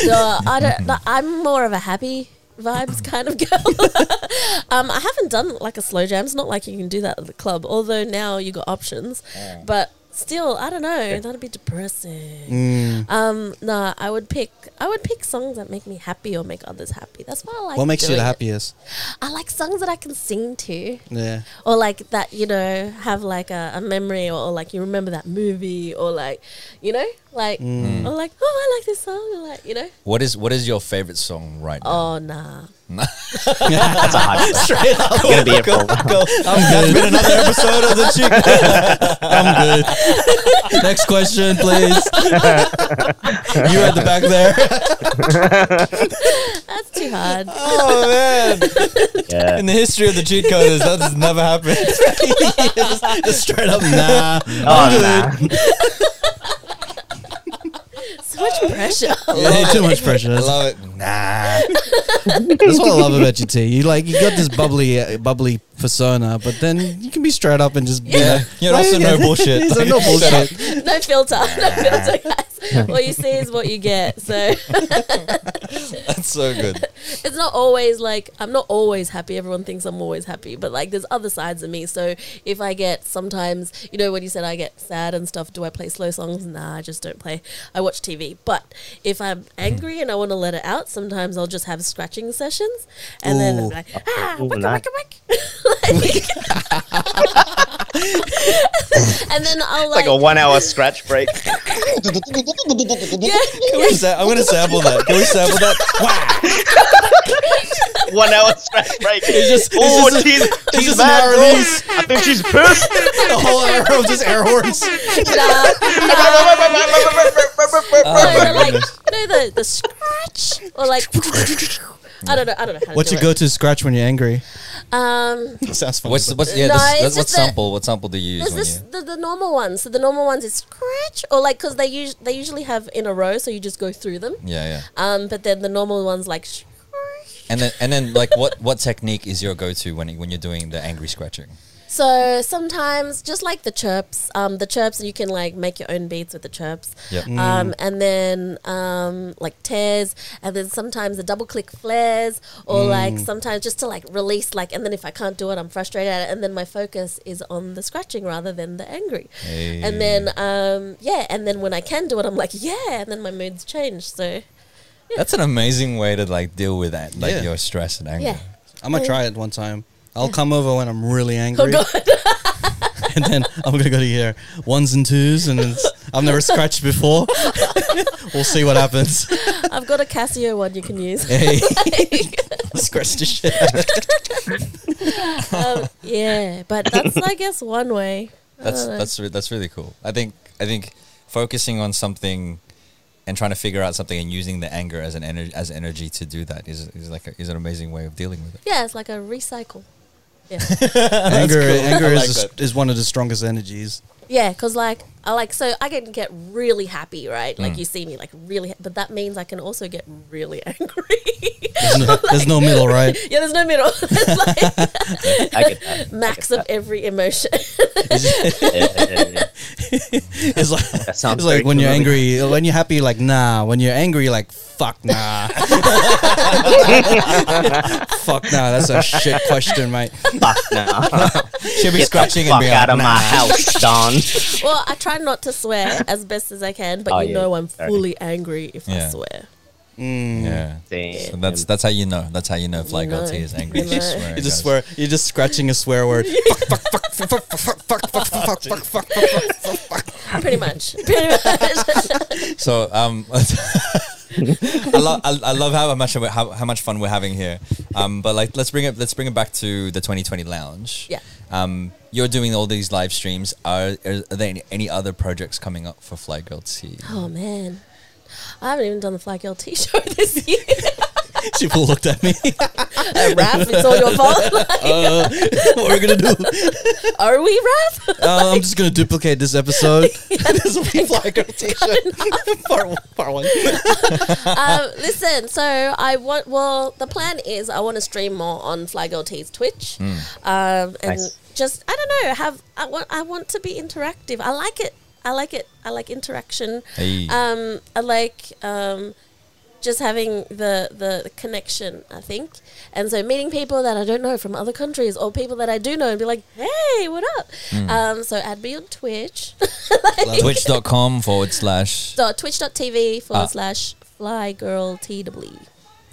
H: No, I don't. no, I'm more of a happy vibes kind of girl. um, I haven't done like a slow jam. It's not like you can do that at the club, although now you got options. But still, I don't know. That'd be depressing.
D: Mm.
H: Um, no, I would pick. I would pick songs that make me happy or make others happy. That's why I like.
D: What makes you
H: doing
D: the
H: it.
D: happiest?
H: I like songs that I can sing to,
D: Yeah.
H: or like that you know have like a, a memory, or, or like you remember that movie, or like you know like
D: Mm.
H: or like oh I like this song, or like you know
E: What is what is your favorite song right now?
H: oh nah.
C: That's a hot.
E: Straight up.
C: Gonna be a pro.
E: That's been another episode of the chick.
D: I'm good. Next question, please. you at the back there.
H: That's too hard.
E: Oh man!
C: Yeah.
E: In the history of the cheat coders, that's never happened.
D: just, just straight up, nah.
C: Oh, nah.
H: so much pressure.
D: Yeah, too much pressure.
E: I
D: That's,
E: love it. Nah.
D: that's what I love about you, T. You like you got this bubbly, uh, bubbly persona, but then you can be straight up and just be
E: Yeah.
D: like,
E: You're also no bullshit.
D: It's a no bullshit.
H: no filter. No filter, guys. What you see is what you get. So
E: That's so good.
H: it's not always like I'm not always happy. Everyone thinks I'm always happy, but like there's other sides of me. So if I get sometimes, you know, when you said I get sad and stuff, do I play slow songs? Nah, I just don't play. I watch TV. But if I'm angry and I want to let it out, sometimes I'll just have scratching sessions, and then I'm
D: Ooh.
H: like ah,
C: Ooh,
H: wicka,
C: nice.
H: wicka, wicka. like, and then I'll
C: It's like
H: like,
C: a one-hour scratch break.
H: yeah,
E: Can we sa- I'm gonna sample that. Can we sample that? Wow.
C: one-hour scratch break.
D: It's just, it's
C: Oh,
D: just,
C: she's,
D: it's
C: she's
D: just
C: mad,
D: an
C: bro.
D: R&B's.
C: I think she's pissed.
D: the whole air horns, just air horns.
H: nah,
E: Oh, my
H: no, like,
E: goodness.
H: no, the, the scratch or like I don't know. I don't know. How to
D: What's
H: do
D: your
H: it.
D: go-to scratch when you're angry?
H: Um,
D: Sounds fun.
E: What's what's yeah?
H: No,
E: this-
H: it's
E: that's, what
H: just that-
E: sample? What sample do you use
H: there's
E: when
H: this
E: you?
H: the, the normal ones. So the normal ones is scratch or like because they us- they usually have in a row, so you just go through them.
E: Yeah, yeah.
H: Um, but then the normal ones like sh-
E: And then and then like what what technique is your go to when you- when you're doing the angry scratching?
H: so sometimes just like the chirps. Um, the chirps you can like make your own beats with the chirps.
E: Yep.
H: Um, and then um, like tears, and then sometimes the double click flares, or like sometimes just to like release like, and then if I can't do it, I'm frustrated at it, and then my focus is on the scratching rather than the angry. And then um, yeah, and then when I can do it, I'm like yeah, and then my moods change. So
E: That's an amazing way to like deal with that, like
D: Yeah.
E: your stress and anger.
H: yeah,
D: I'm gonna try it one time. I'll come over when I'm really
H: oh
D: angry,
H: god,
D: and then I'm gonna go to here ones and twos, and it's, I've never scratched before. we'll see what happens.
H: I've got a Casio one you can use.
E: Eh.
D: Hey, scratch the shit.
H: um, yeah, but that's I guess one way. I
E: That's
H: don't know.
E: that's re- that's really cool. I think I think focusing on something and trying to figure out something and using the anger as an energy as energy to do that is is like a, is an amazing way of dealing with it.
H: yeah, it's like a recycle. Yeah.
D: anger, anger
E: I
D: is,
E: like
D: is
E: that.
D: one of the strongest energies.
H: Yeah, because like I like so I can get really happy, right?
C: Mm.
H: Like you see me like really, ha- but that means I can also get really angry.
D: There's no, there's no middle, right?
H: yeah, there's no middle. There's like
C: I get that.
H: max of every emotion.
C: Yeah, yeah, yeah.
D: it's like
C: That sounds
D: it's like
C: very
D: when you're
C: familiar.
D: angry, when you're happy, you're like nah. When you're angry, you're like fuck nah. fuck nah. That's a shit question, mate.
C: Fuck now.
D: Should be scratching and
C: Fuck
D: be
C: out
D: like,
C: of
D: nah.
C: my house, Don.
H: Well, I try not to swear as best as I can, but
C: Oh,
H: you
C: yeah,
H: know I'm
C: sorry.
H: fully angry if I
E: Yeah.
H: swear.
D: Mm-hmm.
E: Yeah. So
C: Damn.
E: that's that's how you know. That's how you know if like
H: know.
E: LT is angry.
H: You know.
E: She's swearing,
D: You just
E: guys.
D: swear. You're just scratching a swear word. Fuck, fuck, fuck, fuck, fuck, fuck, fuck, fuck, fuck, fuck, fuck, fuck, fuck, fuck.
H: Pretty much. Pretty much.
E: So um, I love I, I love how much how, how much fun we're having here. Um, but like let's bring it let's bring it back to the 2020 lounge.
H: Yeah.
E: Um, you're doing all these live streams. Are are, are there any, any other projects coming up for Fly Girl T?
H: oh man. I haven't even done the Fly Girl T show this year.
D: She looked at me.
H: Uh, Raph, it's all your fault. Like,
D: Uh, what are we gonna do?
H: are we Raph?
E: Um,
D: Uh, I'm just gonna duplicate this episode. this will be like a t-shirt. part, one- part one.
H: um, listen, so I want. Well, the plan is I want to stream more on Fly Girl T's Twitch,
E: Mm.
H: um, and
C: Nice.
H: just I don't know. Have I want I want to be interactive. I like it. I like it. I like interaction.
E: Hey.
H: Um, I like um, just having the, the the connection. I think, and so meeting people that I don't know from other countries or people that I do know, and be like, hey, what up?
E: Mm.
H: Um, so add me on Twitch.
E: Twitch.com forward slash
H: so twitch.tv forward
E: Ah.
H: slash fly girl E. tw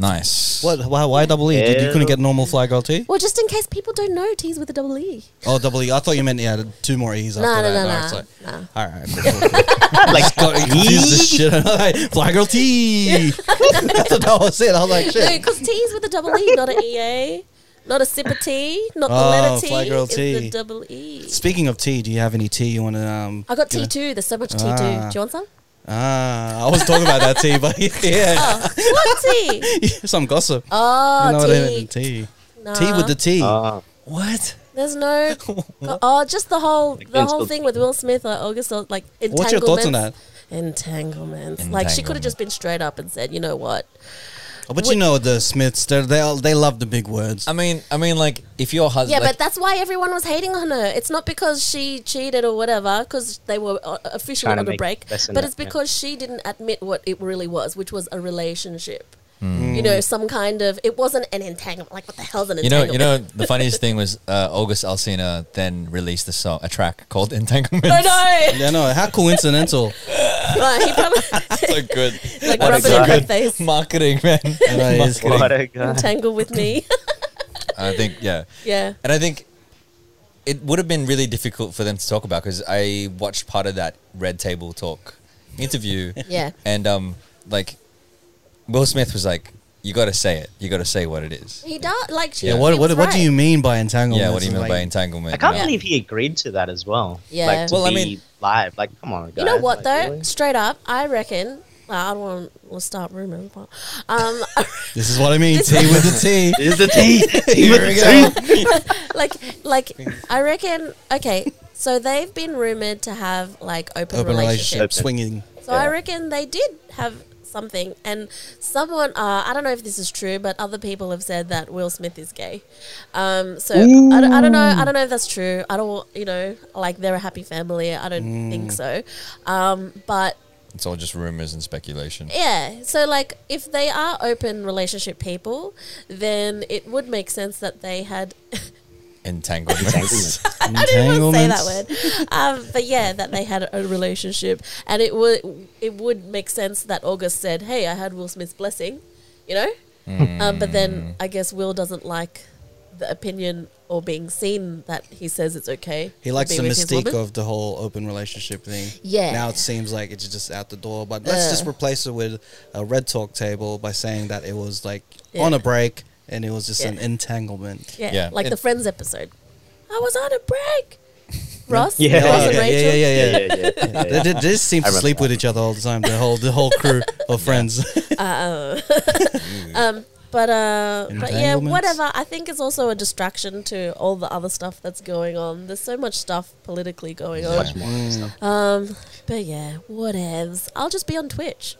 E: nice.
D: What? Why, why double E? Dude, you couldn't get normal fly girl T?
H: Well, just in case people don't know, T's with a double E.
D: Oh, double E. I thought you meant yeah, two more E's after
H: no,
D: that.
H: no,
D: All right, sorry.
H: no, no.
D: All right, cool, cool, cool.
C: Like,
D: Got confused the shit. out of it. Fly girl T. That's what I was saying. I was like,
H: No,
D: shit.
H: because T's with a double E, not an EA, not a sip of tea, not the
D: Oh,
H: letter T.
D: fly girl
H: it's
D: tea.
H: the double E.
D: Speaking of tea, do you have any tea you want to? Um,
H: I got
D: you know-
H: T2. There's so much T2.
D: Ah.
H: Do you want some?
D: Ah, I was talking about that tea, but yeah,
H: Oh, what tea?
D: some gossip.
H: Oh,
D: you know what I mean?
H: tea.
D: Tea.
H: Nah.
D: Tea with the tea.
H: Ah.
C: uh,
E: What?
H: There's no. oh, just the whole the
C: Vince
H: whole
C: Gilligan.
H: thing with Will Smith or August or like entanglements.
D: What's your thoughts on that?
H: Entanglements. Like she could have
E: Entanglement.
H: just been straight up and said, you know what?
D: Oh, But you know the Smiths, they're, they all- they love the big words.
E: I mean, I mean, like if your
H: Yeah,
E: husband,
H: but that's why everyone was hating on her. It's not because she cheated or whatever, because they were uh, officially
C: Trying to
H: on a
C: make
H: break.
C: less than
H: But
C: that,
H: it's
C: yeah.
H: because she didn't admit what it really was, which was a relationship. You know, some kind of. It wasn't an entanglement. Like what the hell's an
E: you know,
H: entanglement?
E: you know, the funniest thing was uh, August Alsina then released a song, a track called Entanglement.
H: I know.
D: Yeah, no, how coincidental.
H: Right, he probably
E: so good.
H: like
C: What
H: rub it
C: a
H: in my
C: guy.
H: face,
E: Marketing, man.
D: That is
E: Marketing.
C: what a guy.
H: entangle with me.
E: I think, yeah.
H: yeah.
E: And I think it would have been really difficult for them to talk about because I watched part of that Red Table Talk interview.
H: Yeah.
E: And, um, like, Will Smith was like, you got to say it. You got to say what it is.
H: He does like she.
E: Yeah,
D: Yeah, what,
H: he
D: what,
H: was
D: what do
H: right.
D: you mean by entanglement?
E: yeah, what do you mean by
D: entanglement?
E: entanglement?
C: I can't
H: Yeah.
C: believe he agreed to that as well.
H: Yeah.
C: Like, to
E: Well, I
C: be
E: mean-
C: live. Like, come on, guys.
H: You know what
C: Like,
H: though?
C: really?
H: Straight up, I reckon. Well, I don't want to start rumor, but um,
D: This is what I mean. T with the T.
C: It is the tea. Tea with the tea.
H: like like I reckon okay so they've been rumored to have like open,
D: Open
H: relationship
D: relationship, swinging.
H: so I reckon they did have something and someone uh, I don't know if this is true but other people have said that Will Smith is gay um, so I don't, I don't know I don't know if that's true I don't you know like they're a happy family I don't think so um, but
E: It's all just rumors and speculation.
H: yeah. So like if they are open relationship people, then it would make sense that they had
E: Entanglement.
H: I didn't want to say that
D: Entanglements.
H: word. Um, but yeah, that they had a relationship and it would it would make sense that August said, "Hey, I had Will Smith's blessing," you know? Um, but
D: Mm.
H: then I guess Will doesn't like the opinion or being seen that he says it's okay.
D: He
H: to
D: likes
H: be
D: the
H: with his
D: mystique
H: woman.
D: of the whole open relationship thing.
H: Yeah.
D: Now it seems like it's just out the door. But let's
H: Ugh.
D: just replace it with a red talk table by saying that it was like
H: Yeah.
D: on a break and it was just
H: Yeah.
D: an entanglement.
H: yeah,
E: yeah.
H: like
E: It-
H: the Friends episode. I was on a break. Ross,
C: Yeah.
H: Ross and
D: yeah,
H: Rachel.
D: yeah, yeah,
C: Yeah,
D: yeah, yeah.
C: yeah, yeah, yeah,
D: They,
C: yeah.
D: they, they just seem
C: I
D: to
C: remember
D: sleep with each other all the time. The whole the whole crew of friends.
H: But uh, but yeah,
D: Entanglements.
H: whatever. I think it's also a distraction to all the other stuff that's going on. There's so much stuff politically going on.
D: Mm.
H: Um, but yeah, whatevs. I'll just be on Twitch.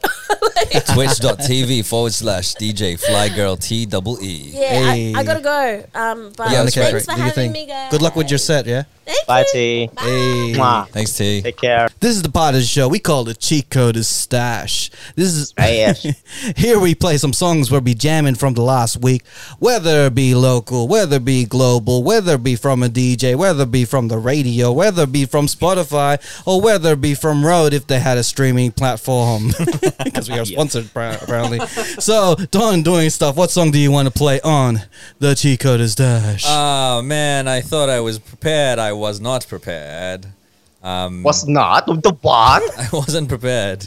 E: Twitch.tv forward slash DJ Fly Girl T double E.
H: yeah,
D: Hey.
H: I, I gotta go. Um, but
E: Yeah,
D: Okay,
E: that's
H: thanks
E: great.
H: for
D: Do your
H: having
D: thing.
H: me, guys.
D: Good luck with your set, yeah?
H: Thank
C: Bye,
H: you.
C: T.
D: Hey.
C: Mwah.
E: Thanks, T.
C: Take care.
D: This is the part of the show. We call it Cheat Coders Stash. This is
C: Stash.
D: Mm. here we play some songs we'll be jamming from the last week, whether it be local, whether it be global, whether it be from a DJ, whether it be from the radio, whether it be from Spotify, or whether it be from Road if they had a streaming platform. Because we are sponsored, pra- apparently. so, Don doing stuff. What song do you want to play on the Cheat Coders Dash?
E: Oh man, I thought I was prepared. I was not prepared.
C: What's not? The what?
E: I wasn't prepared.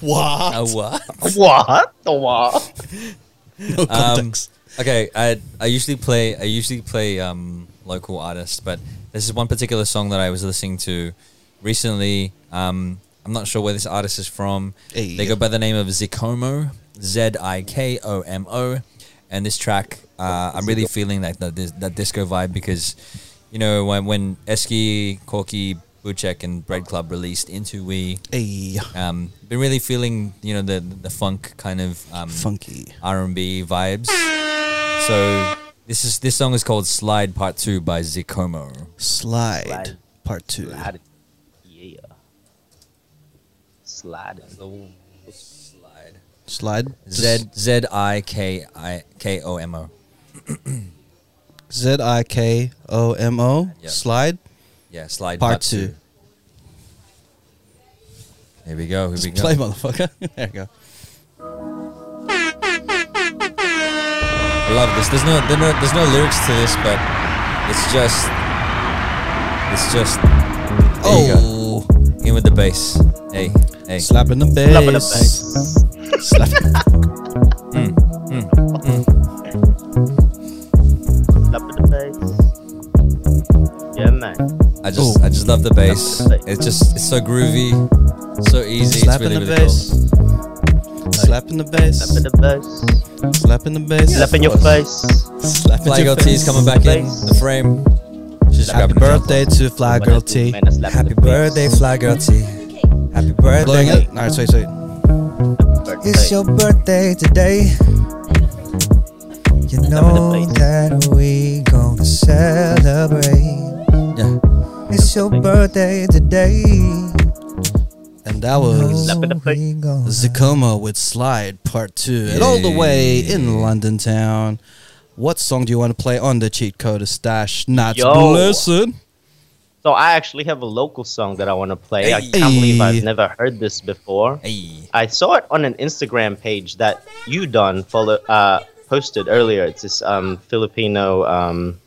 D: wow.
E: Uh, what?
C: What? The what?
D: No context.
E: Okay, I I usually play I usually play um, local artists, but this is one particular song that I was listening to recently. Um, I'm not sure where this artist is from.
D: Hey.
E: They go by the name of Zikomo, Z I K O M O, and this track uh, I'm really feeling like that dis- that disco vibe because you know when when Eski, Corky, Buchek, and Bread Club released into we.
D: hey.
E: Um, been really feeling, you know, the the funk kind of um,
D: Funky.
E: R and B vibes. So this is this song is called Slide Part Two by Zikomo.
D: Slide,
C: Slide.
D: part two.
C: Slide. Yeah. Slide.
E: Slide.
D: Slide.
E: Z Z I K I K O M O.
D: Z I K O M O.
E: Yeah.
D: Slide.
E: Yeah, Slide
D: Part
E: Part,
D: two.
E: two. Here we go. Here we go.
D: Play, motherfucker. there you go.
E: I love this. There's no, there's no there's no lyrics to this, but it's just it's just there you
D: Oh,
E: go. in with the bass. Hey, hey.
D: slapping the bass.
C: Slap in the face. Mm,
D: Slap-
C: Slap in the face. Yeah, man.
E: I just
D: Ooh.
E: I just love the bass.
C: Love the bass.
E: It's just it's so groovy, so easy.
D: Slap in
E: it's really
D: the
E: really
D: bass.
E: cool.
D: Slapping the
C: Slap in the
D: bass.
C: face.
D: Slapping the bass.
C: Slap in your face.
D: Slapping
E: Fly Girl
D: your
E: T is
D: face.
E: coming back in
C: Bass.
E: the frame. She's
D: Happy
E: grabbing the drum.
D: birthday to Fly Girl T.
C: Man, I slap in
E: Happy
C: the face.
E: birthday, Fly Girl T. Happy
D: Blowing
E: birthday.
D: it. All right, sweet, sweet.
C: Birthday.
E: It's your birthday today. You know
C: Slap in the
E: that we gonna celebrate. Yeah. It's your birthday today.
D: And that was
C: Slap in the face.
E: We gonna
D: Zakoma with Slide Part Two, and all the way in London town. What song do you want to play on the cheat code of stash? Not
C: Yo.
D: blessed.
C: So I actually have a local song that I want to play. I
E: Hey.
C: can't believe
D: Hey.
C: I've never heard this before.
E: Hey.
C: I saw it on an Instagram page that you done follow uh, posted earlier. It's this um, Filipino. Um,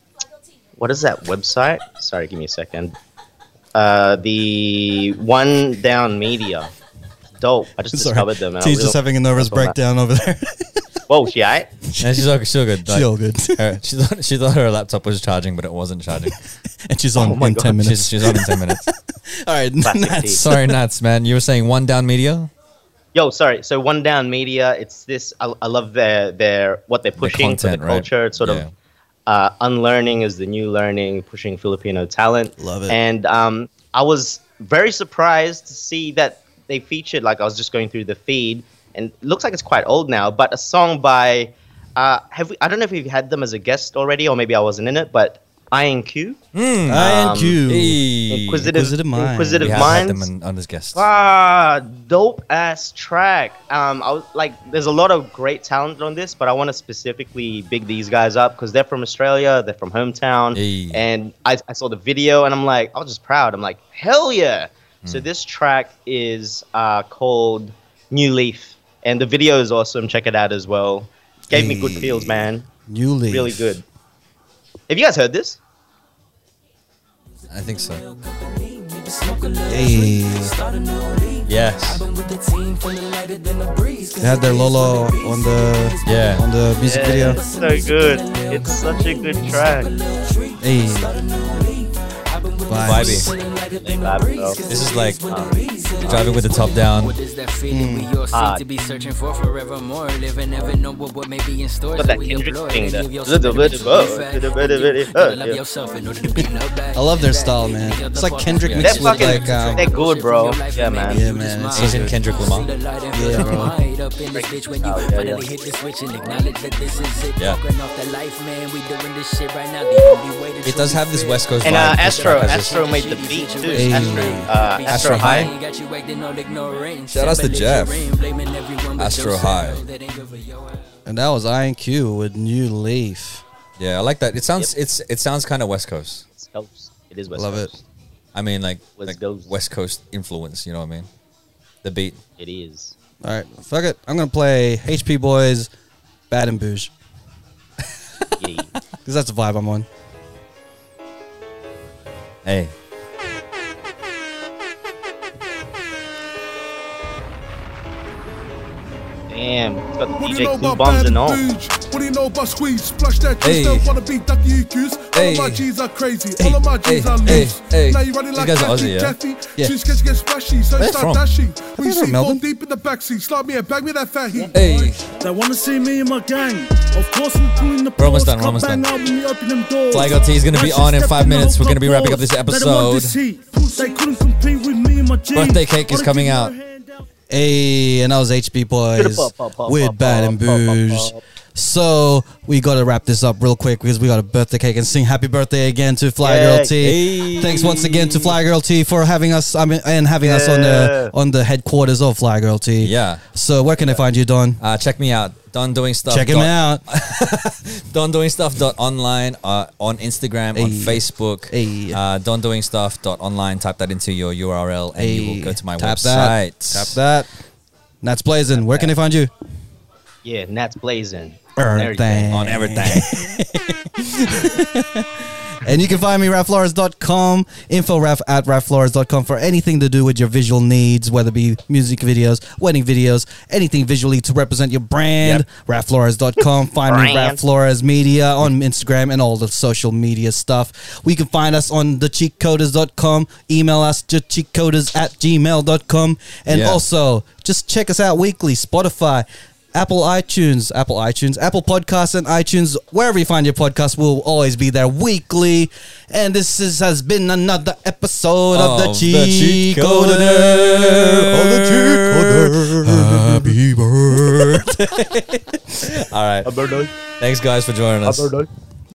C: what is that website? Sorry, give me a second. Uh, the One Down Media. Dope. I just
D: Sorry.
C: discovered them. and I
D: T's just
C: really-
D: having a nervous
C: That's all right.
D: breakdown over there.
C: Whoa, she alright?
E: Yeah, she's all, she's all good.
D: She's all good.
E: her- she, thought, she thought her laptop was charging, but it wasn't charging.
D: and she's on
C: Oh my
D: in
C: God.
D: 10 minutes.
E: she's, she's on in 10 minutes.
D: All right,
C: Plastic
D: Nats.
C: tea.
E: Sorry, Nats, man. You were saying one down media?
C: Yo, sorry. So One Down Media. It's this. I, I love their their what they're pushing
E: content,
C: for
E: right?
C: the culture. It's sort
E: Yeah.
C: of uh, unlearning is the new learning, pushing Filipino talent.
D: Love it.
C: And um, I was very surprised to see that they featured. Like I was just going through the feed, and it looks like it's quite old now. But a song by uh, have we? I don't know if we've had them as a guest already, or maybe I wasn't in it. But I and Q,
D: I and
C: Um,
D: you.
C: Inquisitive,
D: Inquisitive
C: Inquisitive,
D: Mind.
E: Hmm. We have had
C: Minds.
E: them on, on as guests.
C: Ah, dope ass track. Um, I was like, there's a lot of great talent on this, but I want to specifically big these guys up because they're from Australia, they're from hometown,
E: Hey.
C: and I, I saw the video and I'm like, I was just proud. I'm like, hell yeah! So this track is uh, called New Leaf, and the video is awesome. Check it out as well. Gave me good feels, man.
D: New Leaf.
C: Really good. Have you guys heard this?
E: I think so.
D: Hey.
E: Yes.
D: They had their Lolo on the
E: Yeah.
D: on the music video.
C: it's so good. It's such a good track.
D: Hey. Vibes.
E: Vibey.
C: Vibe, bro.
E: This is like driving with the top down.
I: What is that feeling we all seem
C: Ah.
I: to be searching for forevermore? Living, never know what, what may be in store.
C: Got
I: so
C: that
I: we
C: Kendrick
I: implore
C: thing
I: any
C: there.
I: of your
C: Little bit
I: symptoms
C: above,
I: to be
C: little
I: fact.
C: bit of it,
I: You gotta
C: uh,
I: love
C: yeah.
I: yourself in order to be loved back.
D: I love their style, man. It's like Kendrick
I: Yeah.
D: mixed
C: That
D: with
C: fucking-
D: like um,
C: They're good, bro. Yeah, man.
D: Yeah, man, it's so
E: Asian Kendrick Lamar.
I: Yeah,
D: bro.
C: Oh, yeah,
I: finally
C: yeah.
I: hit the switch and acknowledge that this is it.
E: Yeah.
I: Fucking off the life, man. We doing this shit right now. The only way to
E: It does have this West Coast
C: And
E: vibe.
C: uh,
E: This
C: Astro,
E: has this-
C: Astro made the beat too.
D: Hey.
C: Astro, uh,
E: Astro
C: Astro
E: High.
C: High.
E: Shout outs to Jeff. Astro
I: Astro
E: High.
D: and that was Iron Q with New Leaf.
E: Yeah, I like that. It sounds it's it sounds kind of West Coast.
C: It is West
D: Love it.
C: Coast.
E: I mean, like
C: West
E: like
C: Coast.
E: West Coast influence. You know what I mean? The beat.
C: It is.
D: All right, fuck it. I'm gonna play HP Boys, Bad and Bouge,
C: Yeah.
D: because that's the vibe I'm on.
E: Hey,
C: Damn, it's got the
J: What do you know
C: DJ Clue
J: about
C: bombs
J: bad
C: and
J: and
C: all.
J: bouge? What do you know about squeeze? Splash that
E: Hey.
J: juice, don't wanna be ducky EQs. All
E: Hey.
J: of my G's are crazy,
E: Hey.
J: all of my G's
E: Hey.
J: are
E: Hey.
J: loose.
E: Hey.
J: Now you running
E: These
J: like
E: guys are
J: Jackie
E: Aussie, yeah?
J: Jackie.
D: Yeah.
J: She's gonna get splashy, so
E: they from?
J: start dashing. We
D: they're from
J: see
D: Melbourne.
J: gold deep in the backseat. Slap me and bag me that fat heat.
E: hey.
K: They wanna see me and my gang. Of course, we pulling the
E: We're almost
K: pause,
E: done, we're
K: cut
E: almost
K: bang
E: done.
K: out when we open them doors.
E: Flag LT is gonna be
K: Russia
E: on in
K: stepped
E: five
K: the
E: minutes. We're
K: hook
E: gonna be
K: up
E: wrapping up this
K: doors. They don't want this
E: episode.
K: heat. They couldn't compete with me and my jeans.
E: Birthday cake is
K: Wanna
E: coming
K: give
E: out.
K: you a hand out?
D: Hey, and that was HB Boys
C: Pop, pop, pop,
D: with
C: pop,
D: Bad and
C: pop, pop, pop,
D: Booze.
C: pop.
D: So we got to wrap this up real quick because we got a birthday cake and sing happy birthday again to Fly
C: Yeah.
D: Girl T. Thanks once again to Fly Girl T for having us. I mean, and having us on the on the headquarters of Fly Girl T.
E: Yeah.
D: So where can they find you, Don?
E: Uh, check me out. Don doing stuff.
D: Check him
E: dot-
D: out.
E: Don Doing Stuff dot online uh, on Instagram on
D: Ay.
E: Facebook
D: Ay.
E: uh, Don Doing Stuff dot online. Type that into your URL and you will go to my
D: Tap
E: website.
D: That. Tap that. Nats Blazing. Where can they find you?
C: Yeah, Nat's blazing.
D: Everything.
E: on everything.
D: And you can find me, raflores.com, inforaf at raflores.com for anything to do with your visual needs, whether it be music videos, wedding videos, anything visually to represent your brand. Raflores.com. Find me,
C: Brand.
D: Raflores Media, on Instagram and all the social media stuff. We can find us on thecheatcoders.com. Email us, thecheatcoders at gmail.com. And
E: Yeah.
D: also, just check us out weekly, Spotify. Apple iTunes, Apple iTunes, Apple Podcasts, and iTunes, wherever you find your podcast, will always be there weekly. And this is, has been another episode of the
E: Of the
D: Cheat
E: Cheat
D: Coder. Of the Cheat Coder. Happy birthday.
E: All right. Thanks, guys, for joining us.
J: Alberto.